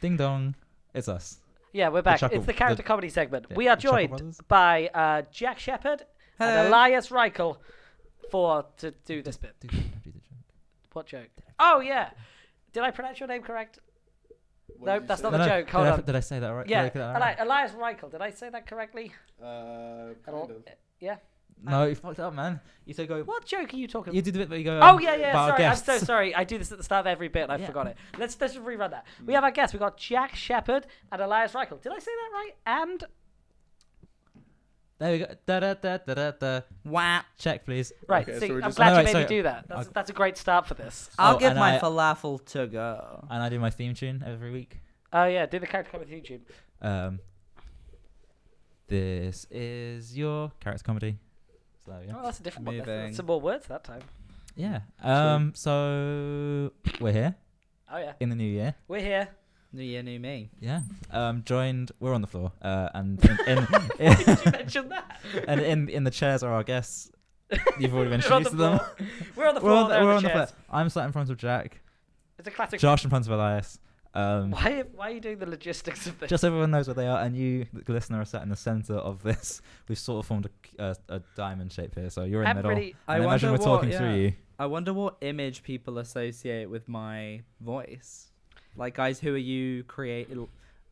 Ding dong. It's us.
yeah, we're back.
Chuckle-
it's the
the-
character comedy segment.
yeah,
we are
the Chuckle
joined
Brothers.
by uh, Jack Shepherd and
Hello.
Elias Reichel for to do this bit.
Do, don't do the joke.
What joke? Oh yeah. Did I pronounce your name correct? no, that's not
No,
the
no,
joke. Hold
did I,
on.
did I say that right?
yeah,
Did I get that
Eli-
right?
Elias Reichel. Did I say that correctly?
Uh,
At all?
kind of.
Yeah.
No, you fucked up, man. You said go.
What joke are you talking
You did the bit where you go.
Oh
um,
yeah, yeah.
about our
Sorry, I'm so
guests. *laughs*
sorry. I do this at the start of every bit, and I
Yeah. Mm.
forgot it. Let's let's just rerun that. We have our guests. We got Jack Shepard and Elias Reichel. Did I say that right? And
There we go. Da da da da da da. Wah. Check, please.
right.
Okay,
see,
so we're
I'm
just-
glad
Oh, no,
you
wait,
made
sorry.
me do that. That's, that's a great start for this.
I'll
I'll
Oh, give
give
and my
my
I-
falafel to go.
And I do my theme tune every week.
Oh yeah, do the character comedy YouTube.
Um. This is your carrots comedy. So there we go.
Oh, that's a different one. That's-
Moving.
That's some more words that time.
Yeah. Um. So we're here
Oh yeah,
in the new year.
we're here.
New year, new me.
Yeah. Um. Joined. We're on the floor. Uh. And in in, *laughs*
Did you *laughs* mention that?
and in in the chairs are our guests. You've already
*laughs* We're on the
introduced them.
floor. *laughs* We're on
We're
the floor.
on the,
they're
we're
in
on the
chairs.
floor. I'm sat in front of Jack.
It's a classic.
Josh in front of Elias. Um.
*laughs* Why why are you doing the logistics of this?
just so everyone knows where they are, and you, the listener, are sat in the center of this. We've sort of formed a, a, a diamond shape here, so you're in
I'm
the middle.
pretty.
and
I
imagine we're
wonder
talking
what-
through
yeah.
you.
I wonder what image people associate with my voice. Like, guys, who are you create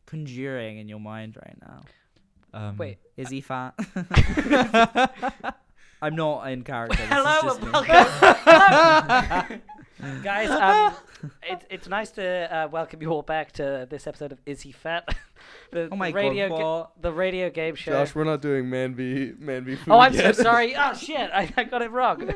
conjuring in your mind right now?
Um, *laughs*
*laughs* Wait.
Is he fat? *laughs* I'm not in character. this is
Hello
just
and
me.
welcome, Hello. guys. Um, it's it's nice to uh, welcome you all back to this episode of Is He Fat? *laughs* the,
Oh my
the radio
god!
ga-
What?
the radio game show.
Josh, we're not doing man v man v food.
oh, I'm
yet.
so sorry. Oh shit, I, I got it wrong.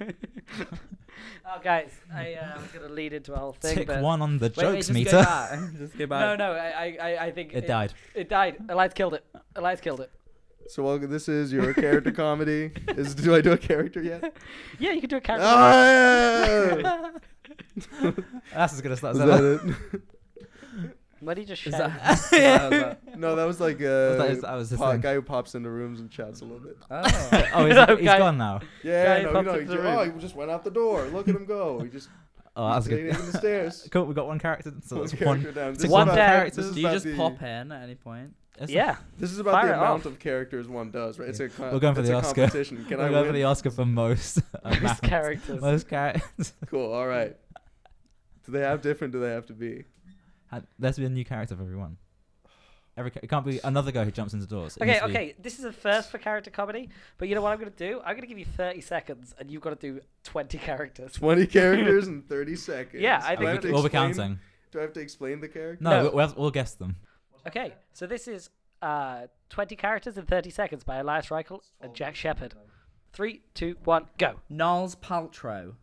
oh guys, I uh, was gonna lead into a whole thing,
Tick
but
one on the
Wait, wait,
jokes
just
meter.
Go back. just go back.
no, no, I I, I- I
*laughs*
think
it
*laughs*
died.
It died. Elias killed it. Elias killed it.
*laughs* So welcome. This is your character comedy. Is do I do a character yet?
Yeah, you can do a
Oh,
character. *laughs*
Ah!
That's as good as that's
Is
ever.
that
What did you just
Is
shout?
that? is that- is that-
it? No, that was like
Was that his-
a
that was his
po-
thing.
guy who pops into rooms and chats a little bit.
*laughs*
oh.
oh,
*laughs*
he's,
No,
he's
guy-
gone now.
Yeah,
Guy
no,
pops
you know, he
into the
ju- oh,
room.
he just went out the door. Look at him go. He just
Oh, that's
he's
good.
leaning in the stairs.
*laughs* cool. We got one character, so
One
that's one.
character down. This
tick
is
one
about-
down.
this is
Do you
about
just
the-
pop in at any point?
It's-
*laughs*
yeah.
This is about
Fire
the
it
amount
off.
of characters one does, right? It's a con-
We're going for
it's
the
a
Oscar.
competition. Can
We'll
I
go
win?
for the Oscar for most. *laughs*
Most
amount.
characters.
Most characters.
Cool. All right. Do they have different? Do they have to be?
Had- There's been a new character for everyone. Every ca- it can't be another guy who jumps into doors. It
Okay,
needs to be-
okay. This is a first for character comedy, but you know what I'm gonna do? I'm gonna give you 30 seconds, and you've got to do 20 *laughs* characters.
Twenty characters in thirty seconds.
Yeah, I think
Do have
We'll,
to
we'll be
explain-
counting.
Do I have to explain the character?
No,
No.
We'll, we'll, we'll guess them.
Okay, so this is uh, 20 characters in 30 seconds by Elias Reichel and Jack Shepard. Three, two, one, go. *laughs*
Niles Paltrow.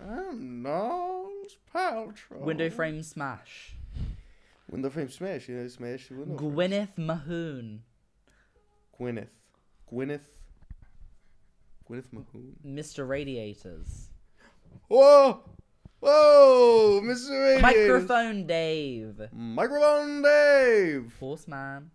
I'm Niles Paltrow.
Window frame smash.
Window frame smash. You know, smash the window. frame.
Gwyneth Mahoon.
Gwyneth. Gwyneth. Gwyneth Mahoon.
Mr. Radiators.
Whoa! Whoa! Mr. Radiator.
Microphone Dave.
Microphone Dave.
Horseman.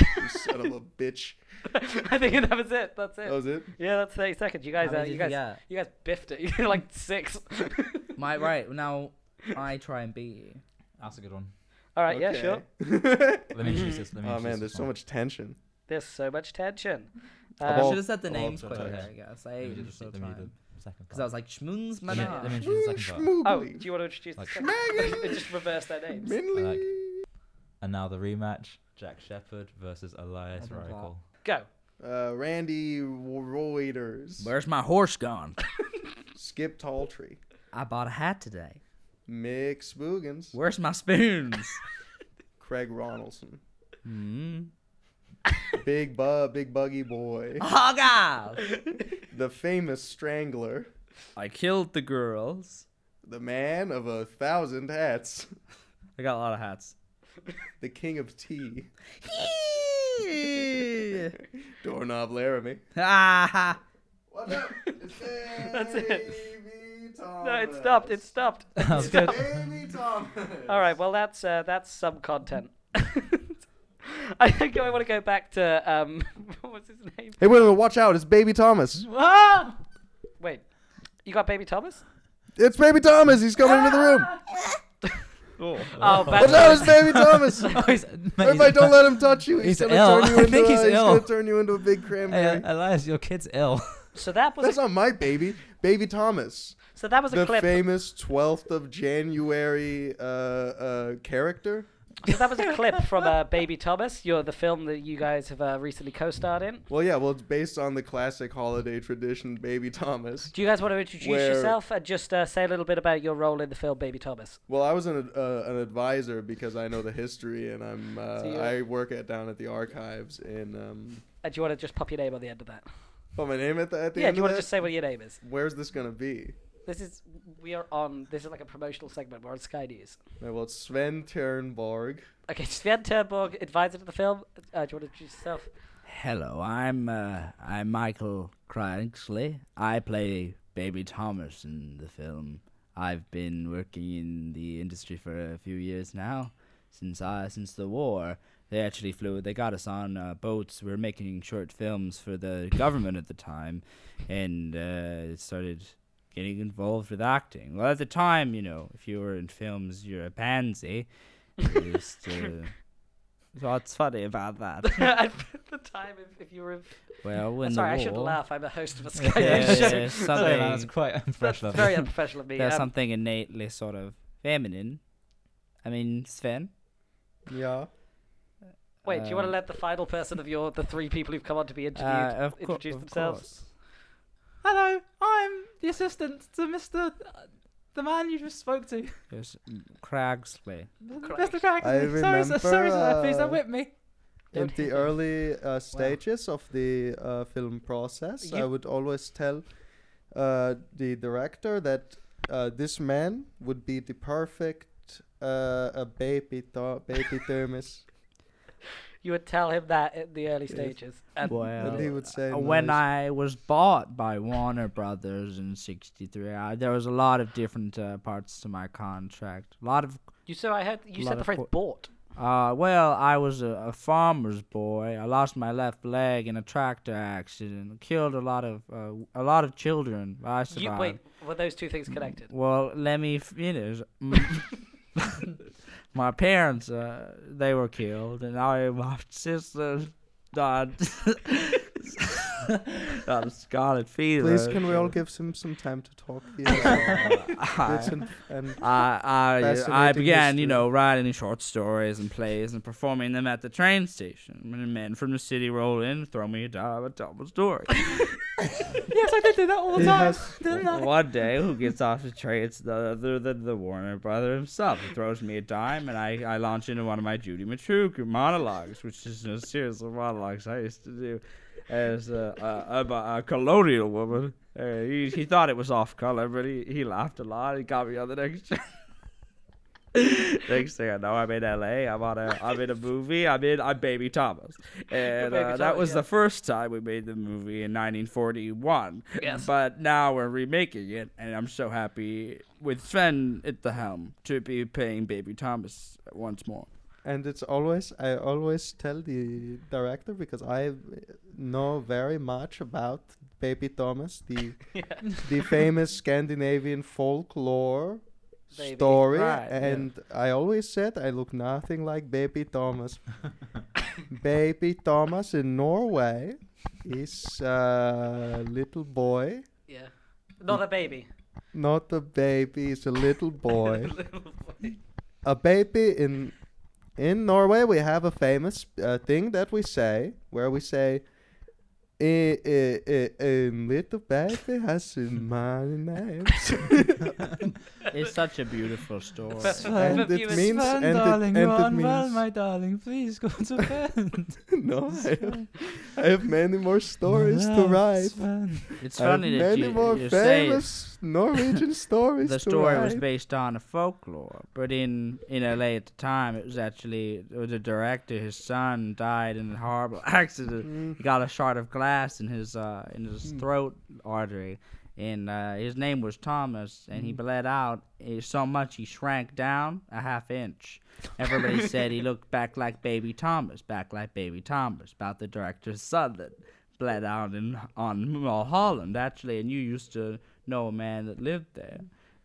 You
*laughs*
son of a bitch.
I think that was it. That's it.
That was it.
Yeah, that's 30 seconds. You guys,
How
uh,
many
you
did
guys,
you
you,
get?
guys biffed it. *laughs* You did like six.
My right now, I try and beat you.
That's a good one.
All right, Uh, yeah,
*laughs*
sure.
sure.
Let
*laughs*
me introduce this. Let me uh,
oh
introduce
man,
this
there's so
one.
much tension.
There's so much tension.
*laughs*
I
Well,
Um,
should have said the
oh,
names
sorry,
quicker. I
sorry.
guess I
Let me
ate
just-
this all
let
the
me do
time
the second
because I
part.
was like Schmoons
Let me, let me
Manage.
introduce the second part.
oh,
Schmoogly.
do you want to introduce
Like-
the second? It *laughs* just reverse their names.
Minley.
Like- And now the rematch: Jack Shepard versus Elias
Oh my
Reichel.
God.
Go.
Uh, Randy Reuters.
*laughs* Where's my horse gone?
Skip Talltree.
I bought a hat today.
Mick Spoogans.
Where's my *laughs* spoons?
Craig Ronaldson.
mm.
Big Bub, Big Buggy *laughs* Boy.
Oh God!
The famous strangler.
*laughs* I killed the girls.
The man of a thousand hats.
I got a lot of hats.
The king of tea. Doorknob Laramie.
*laughs* Ah,
What's up? *laughs* It's
That's it.
Baby Thomas.
No, it stopped. It stopped.
That was
*laughs*
good.
Baby Thomas.
All right. Well, that's uh, that's some content. *laughs* I think I want to go back to um, *laughs* what was his name?
Hey, wait a minute. Watch out. It's Baby Thomas.
*laughs* Ah! Wait, you got Baby *laughs* Thomas?
It's Baby Thomas. He's coming into the room.
Oh,
What's up? It's
bad.
Baby *laughs* Thomas.
Oh, he's- mate, he's-
Everybody, don't let him touch you.
he's
He's, gonna
ill.
turn you
I
into.
think he's
a, he's gonna
ill.
turn you into a big cranberry.
Hey, uh, Elias, your kid's *laughs* ill.
So that was
That's
a,
not my baby. Baby Thomas,
so that was a
the
clip.
famous 12th of January uh, uh, character.
So that was a clip from *laughs* uh, Baby Thomas, your the film that you guys have uh, recently co-starred in.
Well, yeah. Well, it's based on the classic holiday tradition, Baby Thomas.
Do you guys want to introduce
Where-
yourself and just uh, say a little bit about your role in the film Baby Thomas?
Well, I was an uh, an advisor because I know the history, and I'm uh,
So you're-
I work at down at the archives. And um,
And do you want to just pop your name on the end of that?
oh, my name at the at the
Yeah,
end
do you
of
want
that?
to just say what your name is?
Where's this gonna be?
This is we are on. This is like a promotional segment. We're on Sky News.
Uh, Well, it's Sven Ternborg.
Okay, Sven Turnborg, advisor to the film. Uh, do you want to introduce
*laughs*
yourself? *laughs*
Hello, I'm uh, I'm Michael Cranksley. I play Baby Thomas in the film. I've been working in the industry for a few years now, since I since the war. They actually flew. They got us on uh, boats. We were making short films for the government at the time, and uh, started getting involved with acting. Well, at the time, you know, if you were in films, you're a pansy. You Just, uh, what's funny about that?
At the time, if, if you were.
Well, when
Sorry, I
the
shouldn't
war,
laugh. I'm a host of a
*laughs*
Sky
Yeah,
News show.
yeah, yeah,
Sorry, man, that's
something-
quite
*laughs* That's
unprofessional. of
*laughs*
very
me.
unprofessional of me.
There's
Um,
something innately sort of feminine. I mean, Sven.
Yeah.
wait, do you want to
um,
let the final person of your the three people who've come on to be interviewed
Uh, of cour-
introduce
of
themselves?
course.
Hello, I'm the assistant to Mr. uh, the man you just spoke to.
There's Cragsley.
Christ.
Mr. Craig.
I
Sorry, sir, sorry, sir,
remember,
please don't
uh,
whip me.
in
Don't hate
the
it.
early uh, stages of the uh, film process, I
You-
would always tell uh, the director that uh, this man would be the perfect uh, a baby tho- baby thermos.
You would tell him that at the early
Yes.
stages. Um, And
and he
Well,
would say,
when
"Nice."
I was bought by Warner Brothers in '63, I, there was a lot of different uh, parts to my contract. A lot of
you so I heard you
Lot
said the
of
phrase
por-
bought.
Uh, well, I was a, a farmer's boy. I lost my left leg in a tractor accident. Killed a lot of uh, a lot of children. but I survived.
You wait, were those two things connected?
Well, let me finish. Mm. my parents, uh, they were killed, and I my sister died. *laughs* of scarlet fever.
Please, can we all give him some time to
*laughs*
talk here? It's
Uh, *laughs* I,
an- and
I, I, I
Fascinating
began, you
history.
know, writing short stories and plays and performing them at the train station. When the men from the city roll in, throw me a dime, I tell my story.
Yes, I did do that all
*laughs*
the
he
time.
has-
Didn't I?
One day, who gets off the train? It's the other than the Warner brother himself. He throws me a dime, and I, I launch into one of my Judy Machuku monologues, which is a series of monologues I used to do as a, a, a, a colonial woman. Uh, he, he thought it was off color, but he, he laughed a lot. He got me on the next *laughs* train. next thing I know, I'm in LA. I'm on a I'm in a movie. I'm in I'm Baby Thomas, and
Baby
uh, that
Thomas,
was
yeah.
the first time we made the movie in 1941.
Yes.
But now we're remaking it, and I'm so happy with Sven at the helm to be playing Baby Thomas once more.
And it's always I always tell the director because I know very much about Baby Thomas, the the famous Scandinavian folklore
Baby.
story,
Right, yeah.
and I always said I look nothing like Baby Thomas. Baby Thomas in Norway is a little boy,
Yeah. Not a baby.
not a baby, is a little boy.
Little boy.
a baby in in Norway we have a famous uh, thing that we say where we say a, a, a, a little baby has a many names
It's such a beautiful story.
And it
viewers-
means-
Sven,
and it-
darling,
and it
run well,
means-
my darling. Please go *laughs* to bed.
*laughs* no I have, I have many more stories to write
Sven.
It's
I have
funny that
many
you,
more
you say it.
famous
*laughs*
Norwegian stories
the
to
story was
write.
based on a folklore, but in in LA at the time, it was actually the director. His son died in a horrible *laughs* accident.
Mm.
He got a shard of glass in his uh, in his
Mm.
throat artery, and uh, his name was Thomas, and he bled out eh, so much he shrank down a half inch. Everybody said he looked back like Baby Thomas, back like Baby Thomas, about the director's son that bled out in on Mulholland actually, and you used to know a man that lived there.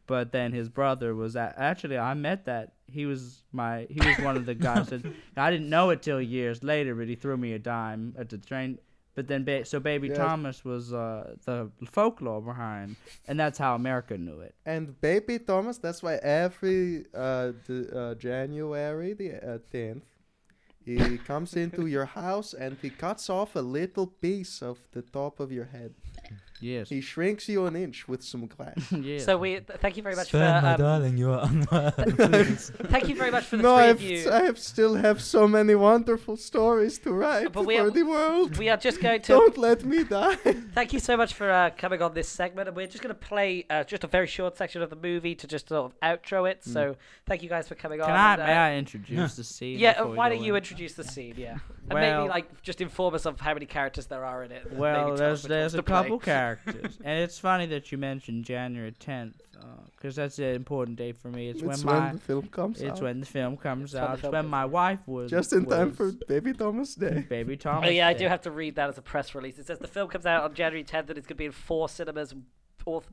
But then his brother was at, actually I met that he was my he was one of the guys that I didn't know it till years later, but he threw me a dime at the train But then, ba- so Baby
Yes.
Thomas was uh, the folklore behind, and that's how America knew it.
And baby Thomas, that's why every uh, d- uh, January the uh, tenth,
*laughs*
he comes into your house and he cuts off a little piece of the top of your head.
Yes.
He shrinks you an inch with some glass.
*laughs* yes.
So we th- thank you very much
Sperm, my
for um,
darling, you are unworthy.
*laughs* thank you very much for the
no,
three
I
of
have,
you.
I have still have so many wonderful stories to write
But
for
we are-
the
*laughs*
world.
We are just going to
Don't let me die.
Thank you so much for uh, coming on this segment, and we're just going to play uh, just a very short section of the movie to just sort of outro it. So thank you guys for coming
Can
on.
I,
and, uh,
may I
*laughs*
introduce the scene?
yeah, uh,
before we
why
go
don't you
in?
introduce the scene? Yeah, and
Well-
maybe like just inform us of how many characters there are in it. and maybe tell
Well,
us
there's
which ones
there's
to
a
play. *laughs*
couple characters, and it's funny that you mentioned January 10th, because that's an important day for me. It's,
it's
when my
the film comes
it's
out.
when the film
It's
comes
when the
out. It's
film
when
comes
my
out.
wife was
Just in time for
was
baby
*laughs*
Thomas Day.
Baby Thomas.
Oh yeah, I
Day.
do have to read that as a press release. It says the film comes out on January 10th, and it's going to be in four cinemas. all-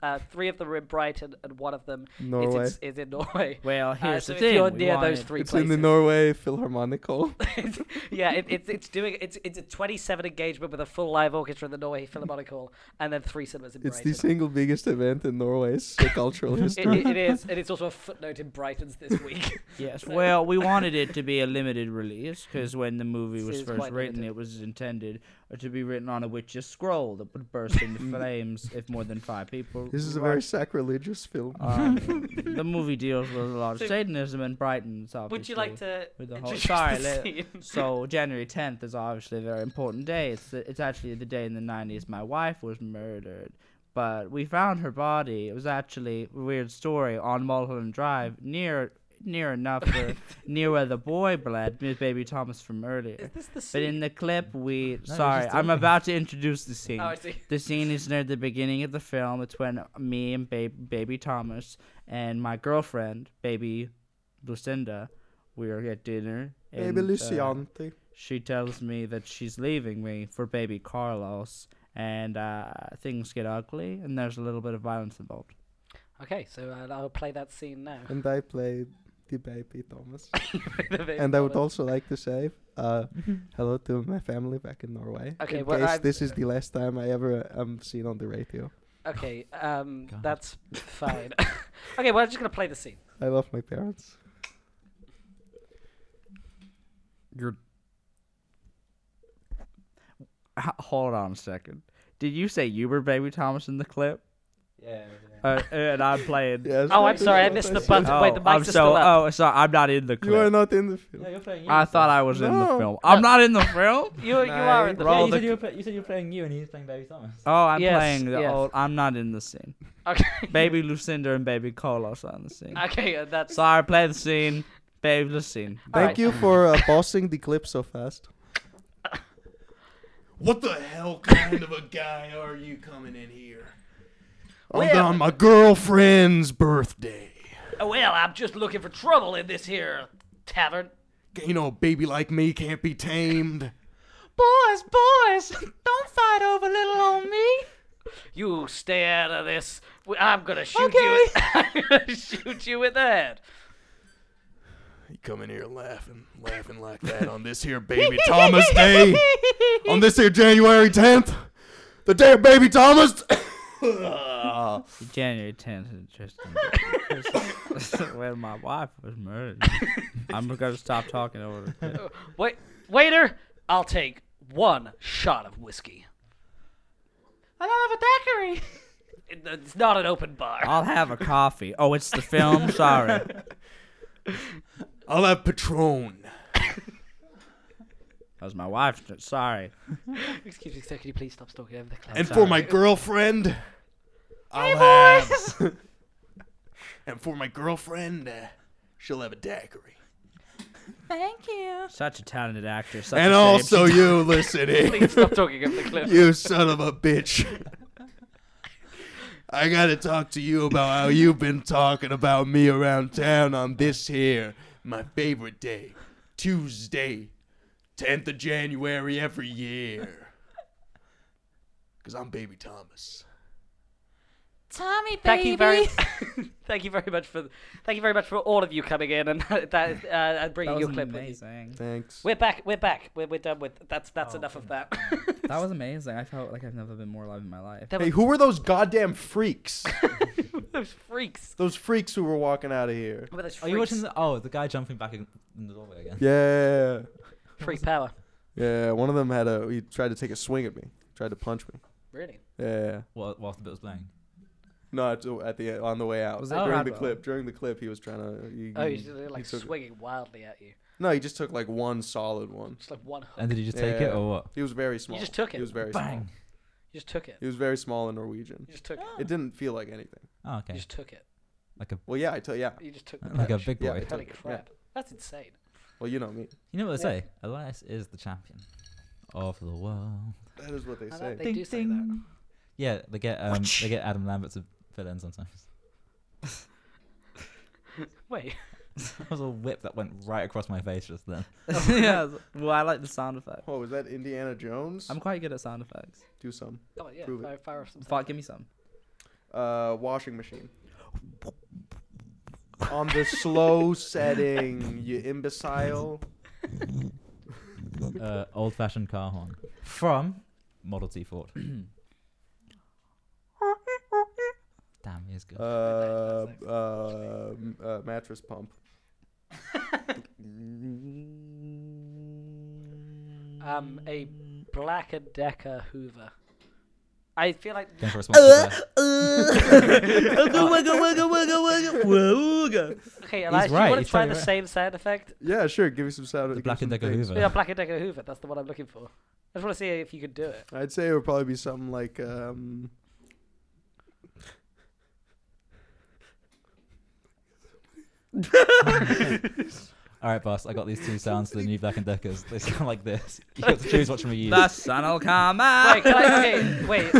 Uh, three of them are in Brighton, and one of them is in,
Norway.
s- is in Norway.
Well,
Uh,
here's
so
the
if
thing.
you're
we
near those
wanted-
three
It's in
places,
the Norway Philharmonic
*laughs*
Hall.
It's- *laughs* yeah, it, it's it's doing it's it's a 27 engagement with a full live orchestra in the Norway Philharmonic Hall, and then three cinemas in
It's
Brighton.
the single biggest event in Norway's cultural
*laughs* It-
history.
it- it is, and it's also a footnote in Brighton's
*laughs*
this week.
Yes.
So-
Well, we wanted it to be a limited release because when the movie
It
was
is
first
quite
written,
limited.
it was intended uh, to be written on a witch's scroll that would burst
*laughs*
into flames if more than five people.
This is a
rushed
very sacrilegious film.
Uh,
Um,
*laughs*
the movie deals with a lot of
So-
Satanism and Brighton's obviously.
Would you like to
with the whole-
introduce
Sorry,
the
let-
scene?
So January 10th is obviously a very important day. It's the, it's actually the day in the 90s my wife was murdered, but we found her body. It was actually a weird story on Mulholland Drive near near enough
*laughs*
for, near where the boy bled, Miss Baby Thomas from
Is
earlier.
this the
But in
scene?
the clip we
just
sorry, I'm
talking.
about to introduce the scene.
oh, I see.
The scene is near the beginning of the film. It's when me and ba- baby Thomas and my girlfriend, baby Lucinda, we are at dinner. and,
Baby
uh,
Luciante.
she tells me that she's leaving me for baby Carlos, and uh, things get ugly, and there's a little bit of violence involved. *laughs*
Okay, so uh, I'll play that scene now. *laughs*
And I played the baby Thomas.
and
and I would also like to say uh, hello to my family back in Norway.
Okay,
in
well,
case
I'm-
this is the last time I ever am seen on the radio.
Okay, um,
God.
that's fine. *laughs* okay, well I'm just gonna play the scene.
I love my parents.
Oh,
You're. Hold on a second. Did you say you were baby Thomas in the clip?
yeah,
Uh, and I'm
*laughs*
playing.
Yes,
Oh, I'm
that is
sorry, I
what
missed the
said.
button.
Oh,
Wait, the mics
I'm
are
so.
still up.
Oh, sorry, I'm not in the clip.
*laughs* You are not in the film.
you're playing you.
I thought I was in the
No.
film. I'm not in the *laughs* film.
You you are
Nice.
in the
Roll
Yeah,
all
you,
the
said you, were, pla- you said you were playing you, and he's playing Baby Thomas.
Oh, I'm
Yes,
playing the
yes.
old. I'm not in the scene.
Okay.
*laughs* Baby Lucinda and Baby Carlos are in the scene.
Okay, uh, that's
Sorry, play the scene. Baby Lucinda.
Thank
Alright.
you for uh, pausing the clip so fast.
*laughs* What the hell kind of a guy are you coming in here?
Well-
on my girlfriend's birthday.
Oh, well, I'm just looking for trouble in this here tavern.
You know, a baby like me can't be tamed.
Boys, boys, don't fight over little old me.
You stay out of this. W- I'm gonna shoot you. *laughs* I'm gonna shoot you in the head.
You come in here laughing, laughing like that on this here baby Thomas Day. on this here January 10th. The day of baby Thomas.
*laughs*
*laughs*
January 10th is
*laughs*
interesting. when my wife
*laughs*
was murdered. I'm going to stop talking over the clip.
Wait, waiter. I'll take one shot of whiskey.
I don't have a daiquiri. Ah.
It- It's not an open bar.
I'll have a coffee. Oh, it's the film? Sorry. That
I'll have Patron.
was my wife's. Sorry.
*laughs* Excuse me, sir. Can you please stop talking over the
*laughs*
cloud?
And for my girlfriend, I'll have. *laughs* and for my girlfriend, uh, she'll have a daiquiri.
Thank you.
Such a talented actor. Such
And
a shame *laughs*
also
she-
you, listen here.
*laughs* please stop talking over the cliff.
*laughs* You son of a bitch. *laughs* I gotta talk to you about how you've been talking about me around town on this here, my favorite day, Tuesday, 10th of January every year. Because I'm Baby Thomas.
Tommy, baby.
Thank you very, *laughs* thank you very much for, thank you very much for all of you coming in and *laughs* that is, uh, and bringing
That
your
was
clip with you.
amazing.
Thanks.
We're back. We're back. We're, we're done with that's that's
Oh,
enough of that.
*laughs*
That was amazing. I felt like I've never been more alive in my life.
That
Hey, who were those goddamn freaks?
was those freaks.
those freaks who were walking out of here.
Were those freaks.
Are you watching? The, oh, the guy jumping back in in the doorway again. *laughs*
Yeah,
freak power?
yeah. One of them had a. He tried to take a swing at me. Tried to punch me.
Really?
Yeah.
While, whilst the bit was playing.
No, at at the on the way out.
Was
it
during the
Bradwell?
clip? During the clip, he was trying to.
Mm,
He,
Oh,
he-
he's just, like
took it.
swinging wildly at you.
no, he just took like one solid one.
Just like one hook.
And did he just take it
Yeah.
or what?
He was very small.
just took it.
He was very small.
Bang.
you just took it.
He was very small and Norwegian.
You just took it.
It didn't feel like anything.
Oh,
You
okay.
just took it.
Like a
Well, yeah, I tell yeah.
You just took the
like a
punch.
big
Yeah,
boy.
I took
Holy
it, yeah.
crap. That's insane.
Well, you know me.
You know what they
Yeah.
say? Elias is the champion of the world.
That is what they
I
say.
like They do say that.
Yeah, they get um, they get Adam Lambert to fill in sometimes. *laughs*
Wait. *laughs*
That was a whip that went right across my face just then.
*laughs* yeah. Well, I like the sound effect.
Oh, was that Indiana Jones?
I'm quite good at sound effects.
Do some.
Come on, Oh, yeah.
Prove it.
Fire, fire off some stuff.
Fuck, give me some.
Uh, washing machine. On
*laughs*
the slow setting, you imbecile.
Uh, old fashioned car horn from Model T
*clears throat*
Ford. Damn, he is good.
Uh, uh, m- uh, mattress pump.
Um, a Black and Decker Hoover. I feel like
Going for
Uh,
a sponsor
uh,
there.
*laughs*
okay, Elias, do
right,
you want
he's
to try the
totally right.
same sound effect?
Yeah, sure. Give me some sound.
The
give me
Black and
some
Decker
things.
Hoover.
Yeah, Black and Decker Hoover. That's the one I'm looking for. I just want to see if you could do it.
I'd say it would probably be something like um.
All right, boss. I got *laughs* these two sounds for the new Black and Deckers. They sound like
*laughs*
this. You have to choose which one we use.
The sun'll come
Wait,
Ah.
out.
can I, okay,
*laughs*
wait.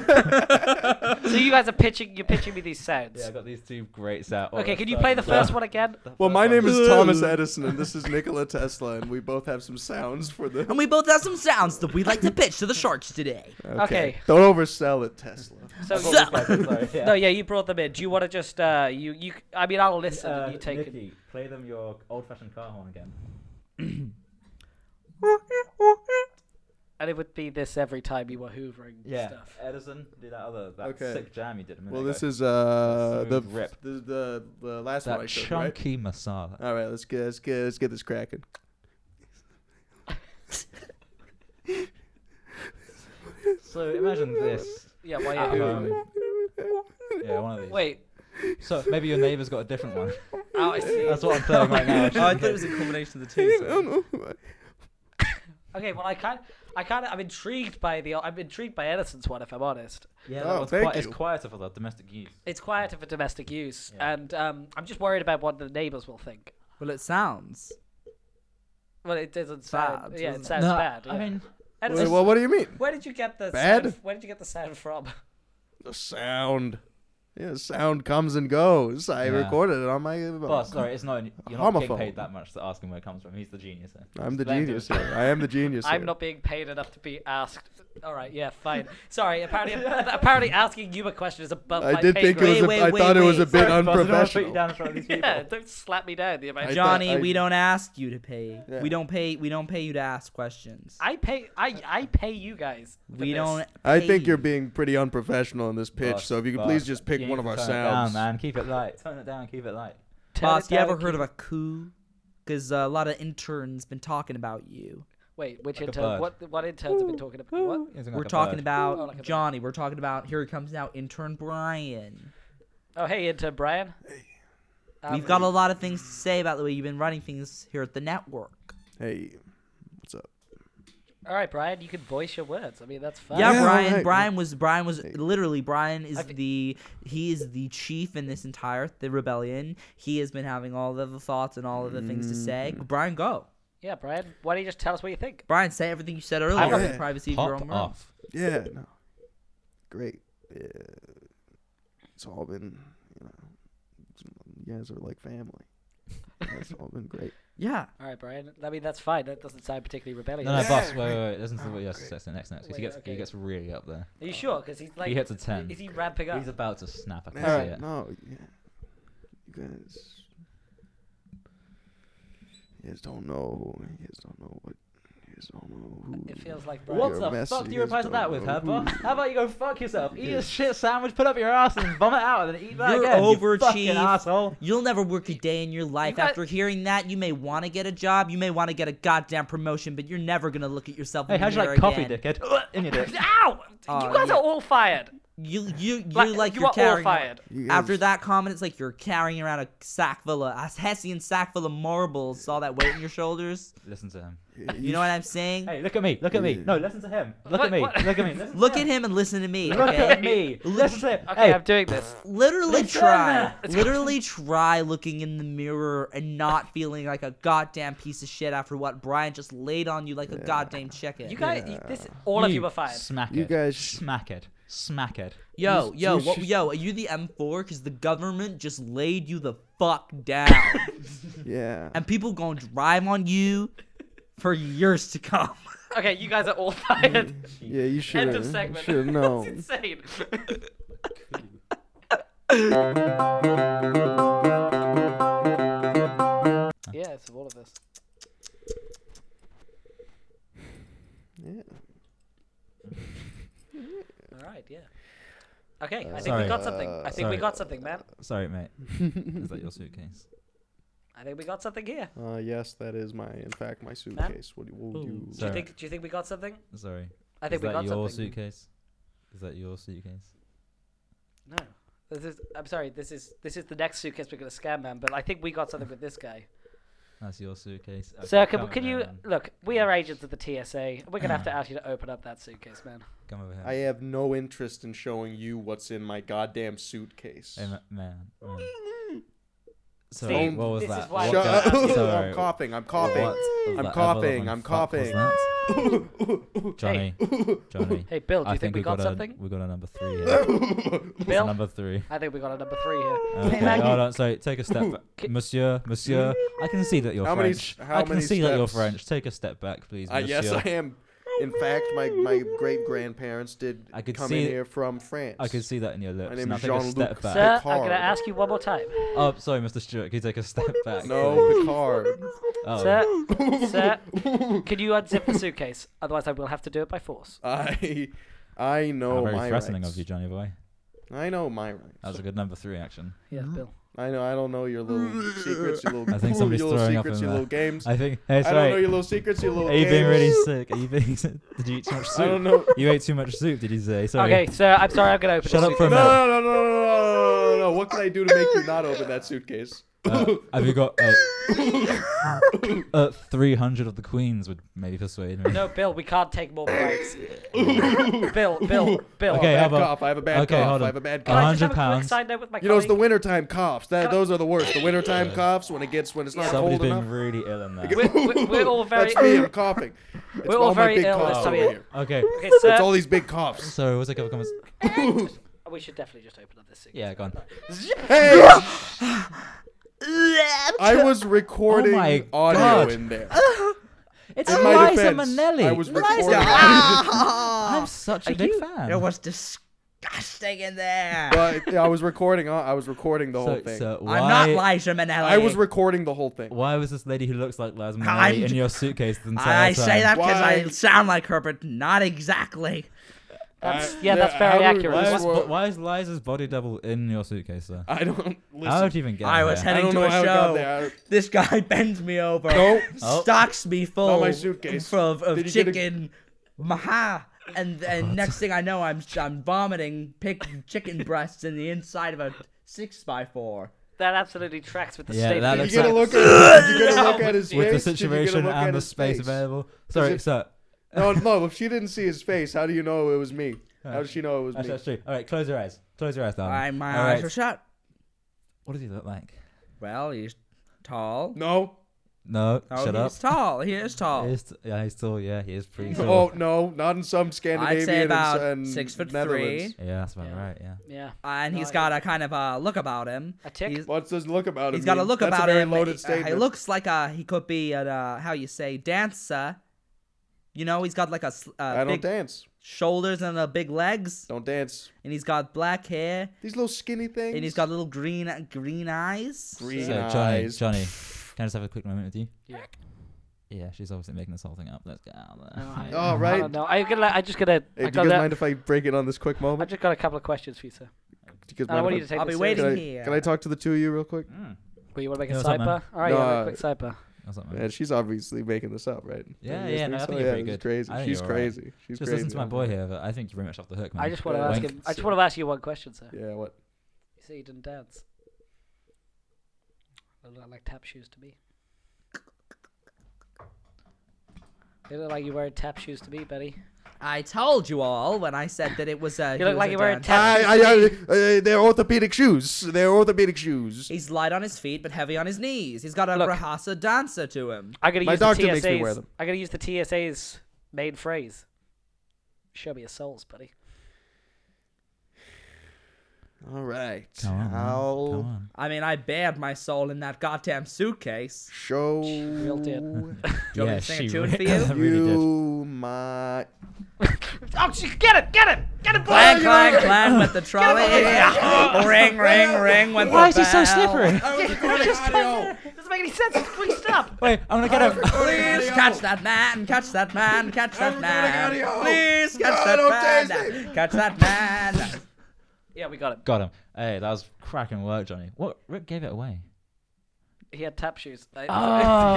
so you guys are pitching. You're pitching me these sounds.
Yeah, I got these two great sounds. Oh,
okay, can you play the
*laughs*
first one again?
Well, my name is *laughs* Thomas Edison, and this is Nikola Tesla, and we both have some sounds for the.
And we both have some sounds that we'd like to pitch to the sharks today.
Okay.
Don't oversell it, Tesla.
*laughs*
So, *laughs* no, yeah, you brought them in. Do you want to just uh, you you? c- I mean, I'll listen. and you take it.
Uh, play them your old-fashioned car horn again.
and it would be this every time you were hoovering stuff.
Edison, do that other that
Okay. sick
jam you did. A
Well, this is uh the
Smooth rip.
the the, the last one I
that
showed, right?
chunky massage.
All right, let's get let's get let's get this cracking.
So imagine *laughs* this.
Yeah, while
at
you're hoovering.
home. Yeah, one of these.
Wait.
So maybe your neighbour's got a different
*laughs*
one.
Oh, I see.
That's what I'm playing right now.
Oh, I thought it *laughs* was a combination of the two. so-
Okay, well, I kind, I kind of, I'm intrigued by the, I'm intrigued by Edison's one, if I'm honest.
Yeah,
Oh,
that one's
thank
quite, it's
you.
quieter for the domestic use.
It's quieter for domestic use,
Yeah.
and um, I'm just worried about what the neighbors will think.
Well, it sounds.
Well, it doesn't sound,
Bad,
yeah,
doesn't
it
it?
sounds bad.
I
yeah.
mean,
Edison,
Wait, well, what do you mean?
where did you get the
Bad?
Sound, where did you get the sound from?
The sound. Yeah, sound comes and goes. I
Yeah.
recorded it on my.
boss, sorry, it's not. You're not getting
Homophone.
paid that much to ask him where it comes from. He's the genius. Here.
I'm the
Let him do
genius
it.
here. I
*laughs*
am the genius
I'm
here.
not being paid enough to be asked. All right, yeah,
*laughs*
fine. Sorry, apparently, apparently asking you a question is above
I
my
did
pay
think it
grade.
was. *laughs*
Wait,
a, I
wait,
thought it
wait,
was a
wait.
Sorry,
bit
boss, I don't wanna put you
unprofessional.
down in front of these people.
Yeah, don't slap me down. The amount.
I
John,
Johnny,
I-
we don't ask you to pay.
Yeah.
We don't pay. We don't pay you to ask questions.
I pay. I I pay you guys. for
we
this.
don't.
I
pay
think you're
you.
being pretty unprofessional in this pitch.
Boss,
so if you could
boss,
please just pick
you need
one of
to
our
turn
sounds.
It down, man. Keep it light. Turn it down. Keep it light.
Turn it
Boss, you ever
down,
heard of
keep-
a coup? Because a lot of interns been talking about you.
Wait, which
Like a
intern?
bird.
What what interns have been talking about? What?
He's like
We're
a
talking
bird.
about
Oh, like a-
Johnny. We're talking about here he comes now, intern Brian.
Oh, hey, intern Brian. Um,
We've got a lot of things to say about the way you've been running things here at the network.
Hey, what's up?
All right, Brian, you can voice your words. I mean, that's fine.
Yeah,
Oh,
Yeah,
Brian.
right.
Brian was Brian was literally Brian is
I've-
the he is the chief in this entire the rebellion. He has been having all of the thoughts and all of the things to say.
Mm.
Brian, go.
Yeah, Brian, why don't you just tell us what you think?
Brian, say everything you said earlier
I'm
in
gonna
the privacy of your own
Pop
room.
off.
Yeah, no. Great. Yeah. It's all been, you know, you guys are like family. That's all been great.
Yeah.
All right, Brian. I mean, that's fine. That doesn't sound particularly rebellious.
No, no,
Yeah.
boss. Wait, wait, wait. Listen to what you have to
Great.
say next, next, because he
Wait,
gets
okay.
he gets really up there.
Are you sure? Because he's like,
he hits a ten.
is he ramping up?
He's about to snap. I can
All
see
right,
it.
no, yeah. you guys, you guys don't know. You guys don't know what. You guys don't know who.
It feels like Brian.
What
You're
the
a mess,
fuck do
you
you
guys
reply to
don't
that with,
know
huh, boss?
who-
How about you go fuck yourself? Eat
Yeah.
a shit sandwich, put up your ass, and vomit out, and then eat that
You're
again. You
overachieved.
fucking asshole.
You'll never work a day in your life.
got-
After hearing that, you may want to get a job, you may want to get a goddamn promotion, but you're never gonna look at yourself.
Hey,
in the
how'd you
mirror
like coffee,
again.
dickhead? *laughs* In
*laughs*
your dick. Oh,
Ow!
Uh,
you guys
yeah.
are all fired.
You, you, you
Like,
like,
you
you're
are all
carrying.
fired.
You guys,
After that comment, it's like you're carrying around a sack full of a Hessian sack full of marbles. All that weight on your shoulders.
Listen to him.
You know what I'm saying?
Hey, look at me. Look at me.
Yeah.
No, listen to him. Look
What-
at me.
what-
Look at
*laughs*
me. Listen to
Look at him and listen to me.
Look
Okay.
at me. Listen to him.
Okay,
Hey,
I'm doing this.
Literally
Listen.
try. Literally try looking in the mirror and not feeling like a goddamn piece of shit after what Brian just laid on you like a
Yeah.
goddamn chicken.
You guys, you- this all of you were fired.
Smack
You
it.
guys- *laughs*
Smack it. Smack it.
Yo,
You-
yo,
you
what,
should-
yo, are you the M4? Because the government just laid you the fuck
*laughs*
down.
Yeah.
and people gonna drive on you for years
*laughs*
to come. *laughs*
Okay, you guys are all fired.
Yeah, you should
End of
have.
segment.
Should
*laughs*
*laughs* have known.
That's
*laughs*
insane. yeah, it's all of us.
Yeah.
All right, yeah. Okay, I think
Sorry.
we got something. I think
Sorry.
we got something, man.
Sorry, mate. Is that your suitcase?
I think we got something here.
Uh, yes, that is my, in fact, my suitcase. What do what would you?
Do you
Sorry.
think? Do you think we got something?
Sorry.
I think
Is
we
that
got
your
something.
suitcase? Is that your suitcase?
No, this is. I'm sorry. This is this is the next suitcase we're gonna scam, man. But I think we got something with this guy.
That's your suitcase. Okay,
Sir, can,
come
can
over
you
here, man.
look? We are agents of the TSA. We're gonna
*clears throat*
have to ask you to open up that suitcase, man.
Come over here.
I have no interest in showing you what's in my goddamn suitcase.
Hey, ma- man. man. Sorry,
Steve,
what was
this
that?
is why
What
Shut
I'm
the-
up!
asking.
sorry,
*laughs* I'm coughing. I'm coughing.
what of
I'm
that
coughing,
other
I'm
fuck was
coughing.
that? Johnny,
*laughs*
Johnny.
Hey, Bill, do you
I
think, we got
got,
something?
a we got a number three. Here. It's a
Bill,
number
*laughs*
Uh, three.
I think we got a number three here.
Okay,
Maggie-
hold on. Sorry, take a
*laughs*
step
Ki-
back, Monsieur. Monsieur, I can see that you're
How many
French.
s- how
I can
many
see that you're
steps?
French. Take a step back, please,
Uh,
Monsieur.
yes, I am. In fact, my, my great grandparents did
I could
come
see-
in here from France.
I can see that in your lips.
name
now
is
take a
Jean-Luc
step back.
Sir, I'm
Picard.
gonna ask you one more time.
Oh, sorry, Mr. Stewart. Can you take a
*laughs*
step back?
No,
please?
Picard.
Oh.
Sir,
*laughs*
sir, can you unzip the suitcase? Otherwise, I will have to do it by force.
I I
How
know
very
Oh, my
threatening
rights.
of you, Johnny boy.
I know my rights.
That was a good number three action.
Yes, Bill.
I know. I don't know your little secrets, your little,
I think somebody's
your little
throwing up
secrets,
in
your
there.
little games. I,
I think. Hey,
don't know
sorry.
your little secrets, your little
Are you being really
games.
sick? Are you being? *laughs* Did you eat too much soup?
I don't know.
You ate too much soup, did you say? Sorry.
Okay, sir, I'm sorry. I'm gonna open
Shut
the
up for a
No,
suitcase.
minute.
no, no, no, no, no, no, no, no. What can I do to make you not open that suitcase?
Uh, have you got uh, uh, 300 of the queens would maybe persuade me.
*laughs* No, Bill, we can't take more
*laughs*
breaks. Bill, Bill, Bill.
Okay, how
Bad
about
cough. I have a bad
okay,
cough.
hold
I
on.
have a bad
Can
cough.
I just have
100
a quick
pounds.
side note with my
You know, it's the
colleague?
wintertime coughs. That those are the worst. The wintertime coughs when it gets when it's not
somebody's
cold
been
enough.
really ill
*laughs*
in there?
we're, we're, we're all very.
That's me. I'm coughing. It's
We're all
my
very
big
ill,
coughs
it's
over
me.
here.
Okay.
Okay,
It's
sir,
all these
*laughs*
big coughs.
So was there a couple comments?
we should definitely just open up this suitcase.
Yeah, go on.
Hey, I was recording
Oh my
audio
God.
in there.
It's
In
*laughs*
my
Liza
defense,
Minnelli.
I was recording.
I'm such a big fan.
was disgusting in there.
*laughs* but yeah, I was recording. au- I was recording the whole
so,
thing.
so why,
I'm not Liza Minnelli.
I was recording the whole thing.
Why was this lady who looks like Liza
I'm
Minnelli in
j-
your suitcase the entire
I
time?
say that because I
Why-
sound like her, but not exactly.
That's,
I-
yeah, that's
I
very
would-
accurate.
Why
I
is,
would-
but why is Liza's body double in your suitcase, sir?
I don't
How
*laughs* listen.
would you even get
I
in
was
there?
I
heading
don't know
to
how
a
it got
*laughs*
show.
there.
This guy *laughs* bends me over,
*laughs* No.
Oh.
stocks me full
my suitcase.
of, of
Did you get a-
chicken, maha, and
*laughs*
then next thing I know, I'm I'm vomiting pick chicken breasts in the inside of a six by four.
That absolutely tracks with the
Yeah,
statement.
that
Did
looks
you get a
like-
look at? Did you
*laughs*
get a look at his face?
With the
Did you get a
situation
look at
and the
his
space
face?
available. Sorry,
it-
sir. *laughs*
No, no. If she didn't see his face, how do you know it was me? How does she know it was
That's,
me?
that's true. All right, close your eyes. Close your eyes, darling.
I, my
Um, All
eyes
right.
are shut.
What does he look like? *laughs*
Well, he's tall,
No.
No,
Oh,
shut up.
he's tall. He is tall.
He's t- yeah, he's tall. Yeah, he is pretty tall.
Oh no, not in some Scandinavian
I'd say about
and, and
six foot
Netherlands.
three,
Yeah, that's about
Yeah.
right. Yeah.
Yeah.
and
No,
he's
I-
got a kind of a look about him.
A tick?
He's,
What's this look about him?
he's got a
mean?
look
That's
about
a very
him.
Loaded
he, uh,
statement.
he looks like a he could be at uh how you say dancer. You know, he's got like a s-
I
uh,
don't
big
dance.
shoulders and a big legs,
Don't dance.
and he's got black hair,
These little skinny things.
and he's got little green green eyes.
green
So Johnny,
eyes.
Johnny, can I just have a quick moment with you?
Yeah.
Yeah, she's obviously making this whole thing up. Let's get out of there.
No, I-
Oh,
I
right.
don't know. I'm gonna. I just gonna.
Hey,
I
do you
got
guys
that-
mind if I break in on this quick
I
moment?
just got a couple of questions for you, sir.
Do you guys
And I
mind
want you
if
to take.
I'll
this
be waiting
seriously.
I-
here.
Can I talk to the two of you real quick?
Mm.
Well, you want to make
Yeah,
a
what's up,
cyper?
man?
All right, yeah,
No,
make a quick cyper.
That's not
And
bad.
she's obviously making this up, right?
Yeah,
Don't you guys
yeah, no, I think you're
yeah,
pretty
she's
good.
Crazy.
I think
she's
you're alright.
crazy. She's
Just
crazy.
listen to my boy here, but I think you're very much off the hook, man.
I just want to
Yeah.
ask
Wank.
him. I just want to ask you one question, sir.
Yeah, what?
You say you didn't dance. They look like tap shoes to me. They look like you're wearing tap shoes to me, Betty.
I told you all when I said that it was a.
You look
was
like
a
you were a
dancer.
tap-
I, I, I, uh, they're orthopedic shoes. They're orthopedic shoes.
He's light on his feet but heavy on his knees. He's got a
Look.
Brahasa dancer to him.
I'm gonna
My
use the
doctor makes me wear
TSA's.
them.
I'm gonna use the TSA's main phrase. Show me your souls, buddy.
All right.
Come on, man.
I'll
Come on.
I mean, I bared my soul in that goddamn suitcase.
show
Real dead.
Do you want me
Yeah,
to sing a
she
tune
re-
for you?
I *laughs* really did.
you my.
Oh, she, get it, get it, get it, boy!
Clang, clang, clang with the trolley. *laughs* ring, ring, ring with
Why is
the
he so
bell.
slippery?
*laughs*
I was recording audio.
Doesn't make any sense. Please stop.
Wait, I'm gonna get him.
Please catch that man, catch that man, catch that
Everybody
man.
audio.
Please catch
No, don't
that
taste
man, catch that man.
Yeah, we got him.
*laughs* Got him. Hey, that was cracking work, Johnny. What? Rick gave it away.
He had tap shoes. I-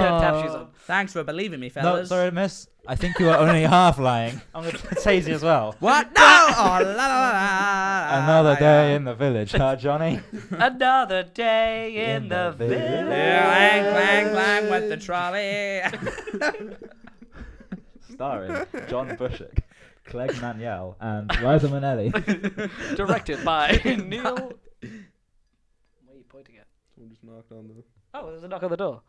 *laughs* he had tap shoes on.
Oh. *laughs*
Thanks for believing me,
No,
fellas.
sorry, miss. I think you were *laughs* only half lying. I'm gonna tase you as well. Ah,
What? *laughs* No! Oh, la, la, la, la,
*laughs*
la,
Another
la.
day in the village, huh, Johnny?
Another day in,
In
the
the
village.
village.
Clang, clang, clang with the trolley.
*laughs*
*laughs*
Starring John Bushock, Clegg Maniel, *laughs* and Liza Minnelli.
Directed
*laughs*
by Neil. What are you pointing at?
Someone just knocked on the
Oh, there's a knock on the door.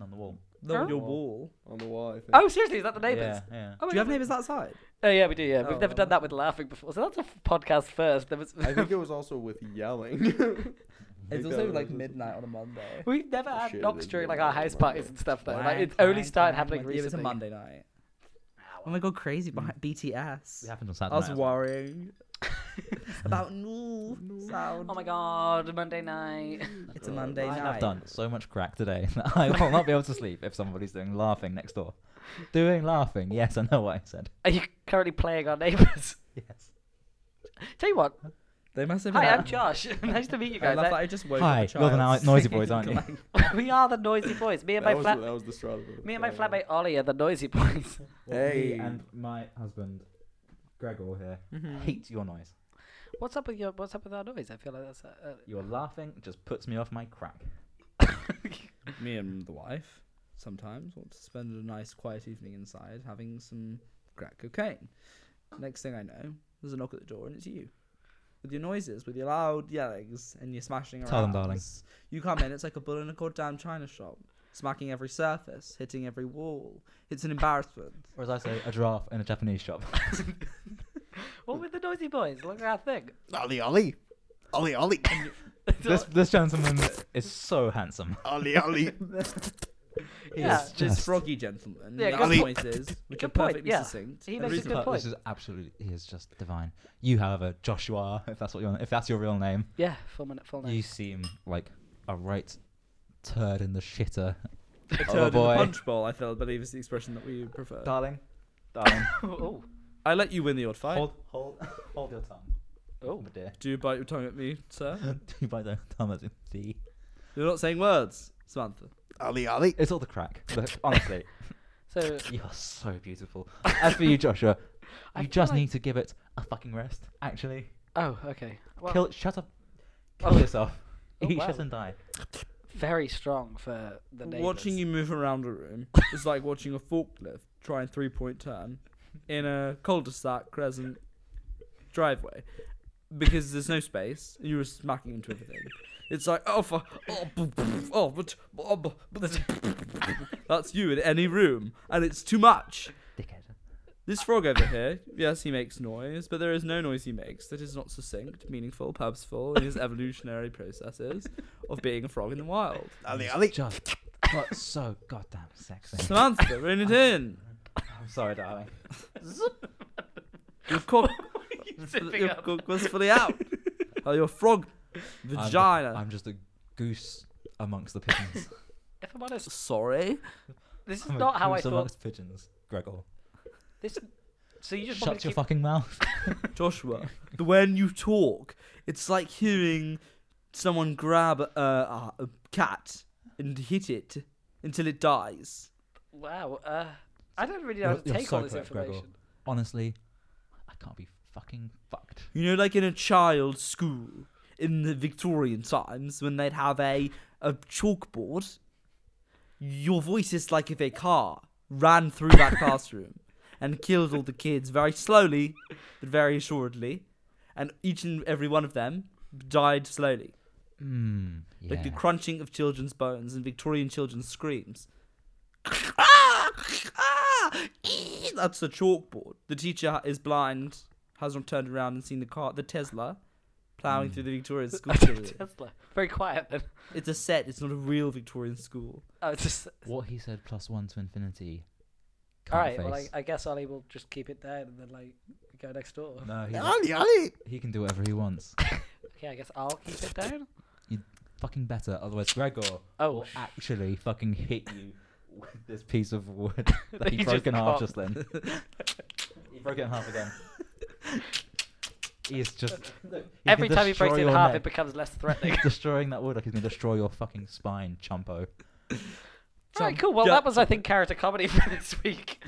On the wall.
No, your wall.
on the wall. I think.
Oh, seriously, is that the neighbours?
Yeah, yeah.
Oh,
Oh. Do
my
you have
God.
neighbors outside?
Oh, yeah, we do. Yeah, we've
Oh,
never done
well.
that with laughing before, so that's a f- podcast first. There was
I think it was also with yelling. Like,
It's also
uh,
like midnight on a Monday.
*laughs* we've never had
Shit, it
knocks
is
during
really
like our
late on
house
Monday.
parties and stuff though. Like
Clang,
it only
clang,
started
clang
happening
with- yeah, It was a
recently.
Monday night. Oh my god, crazy behind BTS.
It happened on Saturday
I was
night.
worrying *laughs* about new sound.
Oh my god, Monday night. *laughs*
It's a Monday
I have
night.
I've done so much crack today *laughs* that I will not be able to sleep if somebody's doing laughing next door. Doing laughing. Yes, I know what I said.
Are you currently playing our neighbours? *laughs*
Yes.
Tell you what.
They must have been.
Hi,
out-
I'm Josh. *laughs* nice to meet you
I
guys.
love that
I-
I just woke
Hi,
up. a
you're the
*laughs* child
no- noisy
singing
boys, aren't you? *laughs*
*laughs*
Clang.
we are the noisy boys. Me and
that,
my
was,
flat.
that was the straw. that broke
Me and
the
my
camel's
flatmate Ollie are the noisy boys. *laughs*
Hey.
and my husband, Gregor here, hates your noise.
What's up with your? What's up with our noise? I feel like that's. Uh,
Your laughing just puts me off my crack.
Me and the wife sometimes want to spend a nice quiet evening inside having some crack cocaine. Next thing I know, there's a knock at the door and it's you. With your noises, with your loud yellings and your smashing around.
Tell them, darling.
It's- You come in, it's like a bull in a goddamn china shop. Smacking every surface, hitting every wall. It's an embarrassment.
Or as I say, a giraffe in a Japanese shop.
what with the noisy boys? Look at our thing.
Ollie, Ollie, Ollie, Ollie,
*laughs* this this gentleman is so handsome.
*laughs*
Ollie, Ollie.
Yeah,
This
It's just-
froggy gentleman.
Yeah,
Yeah,
good
those
point.
noises, which are
Good point,
perfectly
yeah.
succinct.
He
and
makes a
reasonable.
good point.
This is absolutely. He is just divine. You, however, Joshua, if that's what your if that's your real name,
Yeah, full minute, full name.
you seem like a right turd in the shitter.
A
Oh,
turd in the
boy.
punch bowl, I feel, believe is the expression that we prefer.
Darling, darling,
*laughs* oh,
I let you win the odd fight.
hold hold hold your tongue.
oh.
my dear. *laughs*
Do you bite your tongue at me, sir?
Do you bite the thumb as in the?
You're not saying words, Samantha.
Ollie, Ollie.
It's all the crack. Look, honestly, *laughs*
So
you are so beautiful. As *laughs* for you, Joshua,
I
you
feel
just
like-
need to give it a fucking rest. Actually,
Oh, okay. Well,
kill. Shut up.
Oh.
Kill yourself.
*laughs* Oh,
Eat
wow.
shit and die.
very strong for the neighbors.
Watching you move around a room is like watching a forklift try and three point turn in a cul de sac crescent driveway.
because there's no space. and You were smacking into everything. It's like oh for oh b- b- oh but oh, b- b- *laughs* that's you in any room, and it's too much.
Dickhead.
This frog over here, yes, he makes noise, but there is no noise he makes that is not succinct, meaningful, purposeful in his evolutionary processes of being a frog in the wild.
Ali, Ali. *laughs*
Just got so goddamn sexy. *laughs*
Samantha, rein it in.
I'm sorry, darling. *laughs*
Your cock,
*laughs*
*laughs* your cock was fully out. Oh, your frog
I'm ju-
vagina.
I'm, just a goose amongst the
*laughs*
pigeons.
If I'm honest,
Sorry.
*laughs*
this is
I'm a
not how I
goose
thought.
amongst pigeons, Gregor.
This. So you just want me
Shut
to
your
keep...
fucking
*laughs*
mouth. *laughs*
Joshua, the when you talk, it's like hearing someone grab a, a, a cat and hit it until it dies.
Wow. Uh, I don't really know
You're-
how to
you're
take
so
all this
correct, Gregor.
information.
*laughs* Honestly, I can't be fucking fucked.
You know, like in a child's school in the Victorian times when they'd have a, a chalkboard, your voice is like if a car ran through that classroom and killed all the kids very slowly but very assuredly, and each and every one of them died slowly.
Hmm.
Mm, yeah.
like the crunching of children's bones and Victorian children's screams. *laughs* That's a chalkboard. The teacher is blind, has not turned around and seen the car, the Tesla,
Hmm.
ploughing through
*laughs*
the
*laughs*
Victorian school. period.
Tesla. Very quiet then. *laughs*
it's a set. It's not a real Victorian school.
Oh, it's just...
what he said plus one to infinity.
All
Can't
right. Well, I,
face.
I guess Ollie will just keep it down and then like go next door. *laughs*
No,
*laughs*
he,
Ali, Ali.
he can do whatever he wants.
Okay, I guess I'll keep it down. *laughs*
fucking better, otherwise Gregor
Oh,
will
sh-
actually fucking hit you with this piece of
*laughs*
wood that he
He
broke
just
in half
can't.
just then. he broke it in half again. He's just he
every
can
time he breaks
destroy
it in
your
half, it
neck.
becomes less
*laughs*
threatening.
destroying that wood like he's gonna destroy your fucking spine, chumpo.
All right, cool. Well,
Yeah.
that was, I think, character comedy *laughs* for this week.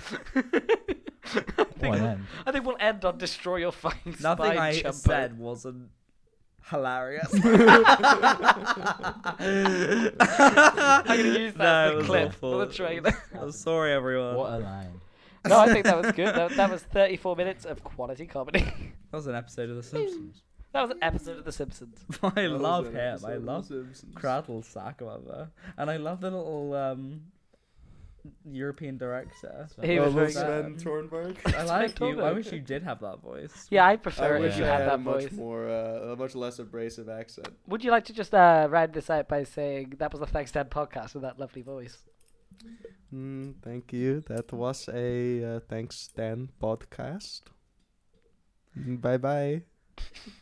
Why then?
I think we'll end on destroy your fucking
Nothing
spine,
I
chumpo. *laughs*
said wasn't
*laughs*
hilarious.
I'm gonna use that
No,
as
it
the
was
clip
awful.
for the trailer.
I'm sorry, everyone.
What a line.
no, I think that was good. That, that was 34 minutes of quality comedy. *laughs*
That was an episode
*laughs*
of The Simpsons. *laughs*
That was an episode of The Simpsons.
I love him. I love Cradle Sack, whatever. And I love the little um, European director.
He was very
Sven
good.
good. I like you. I wish you did have that voice.
Yeah, I
I
prefer it
wish
if you
I
had
had
a
that
much
voice.
more, uh, a much less abrasive accent.
Would you like to just uh, round this out by saying that was the Thanks Dad podcast with that lovely voice?
Mm, thank you. That was Mm, a uh, thanks Dan podcast. Bye bye.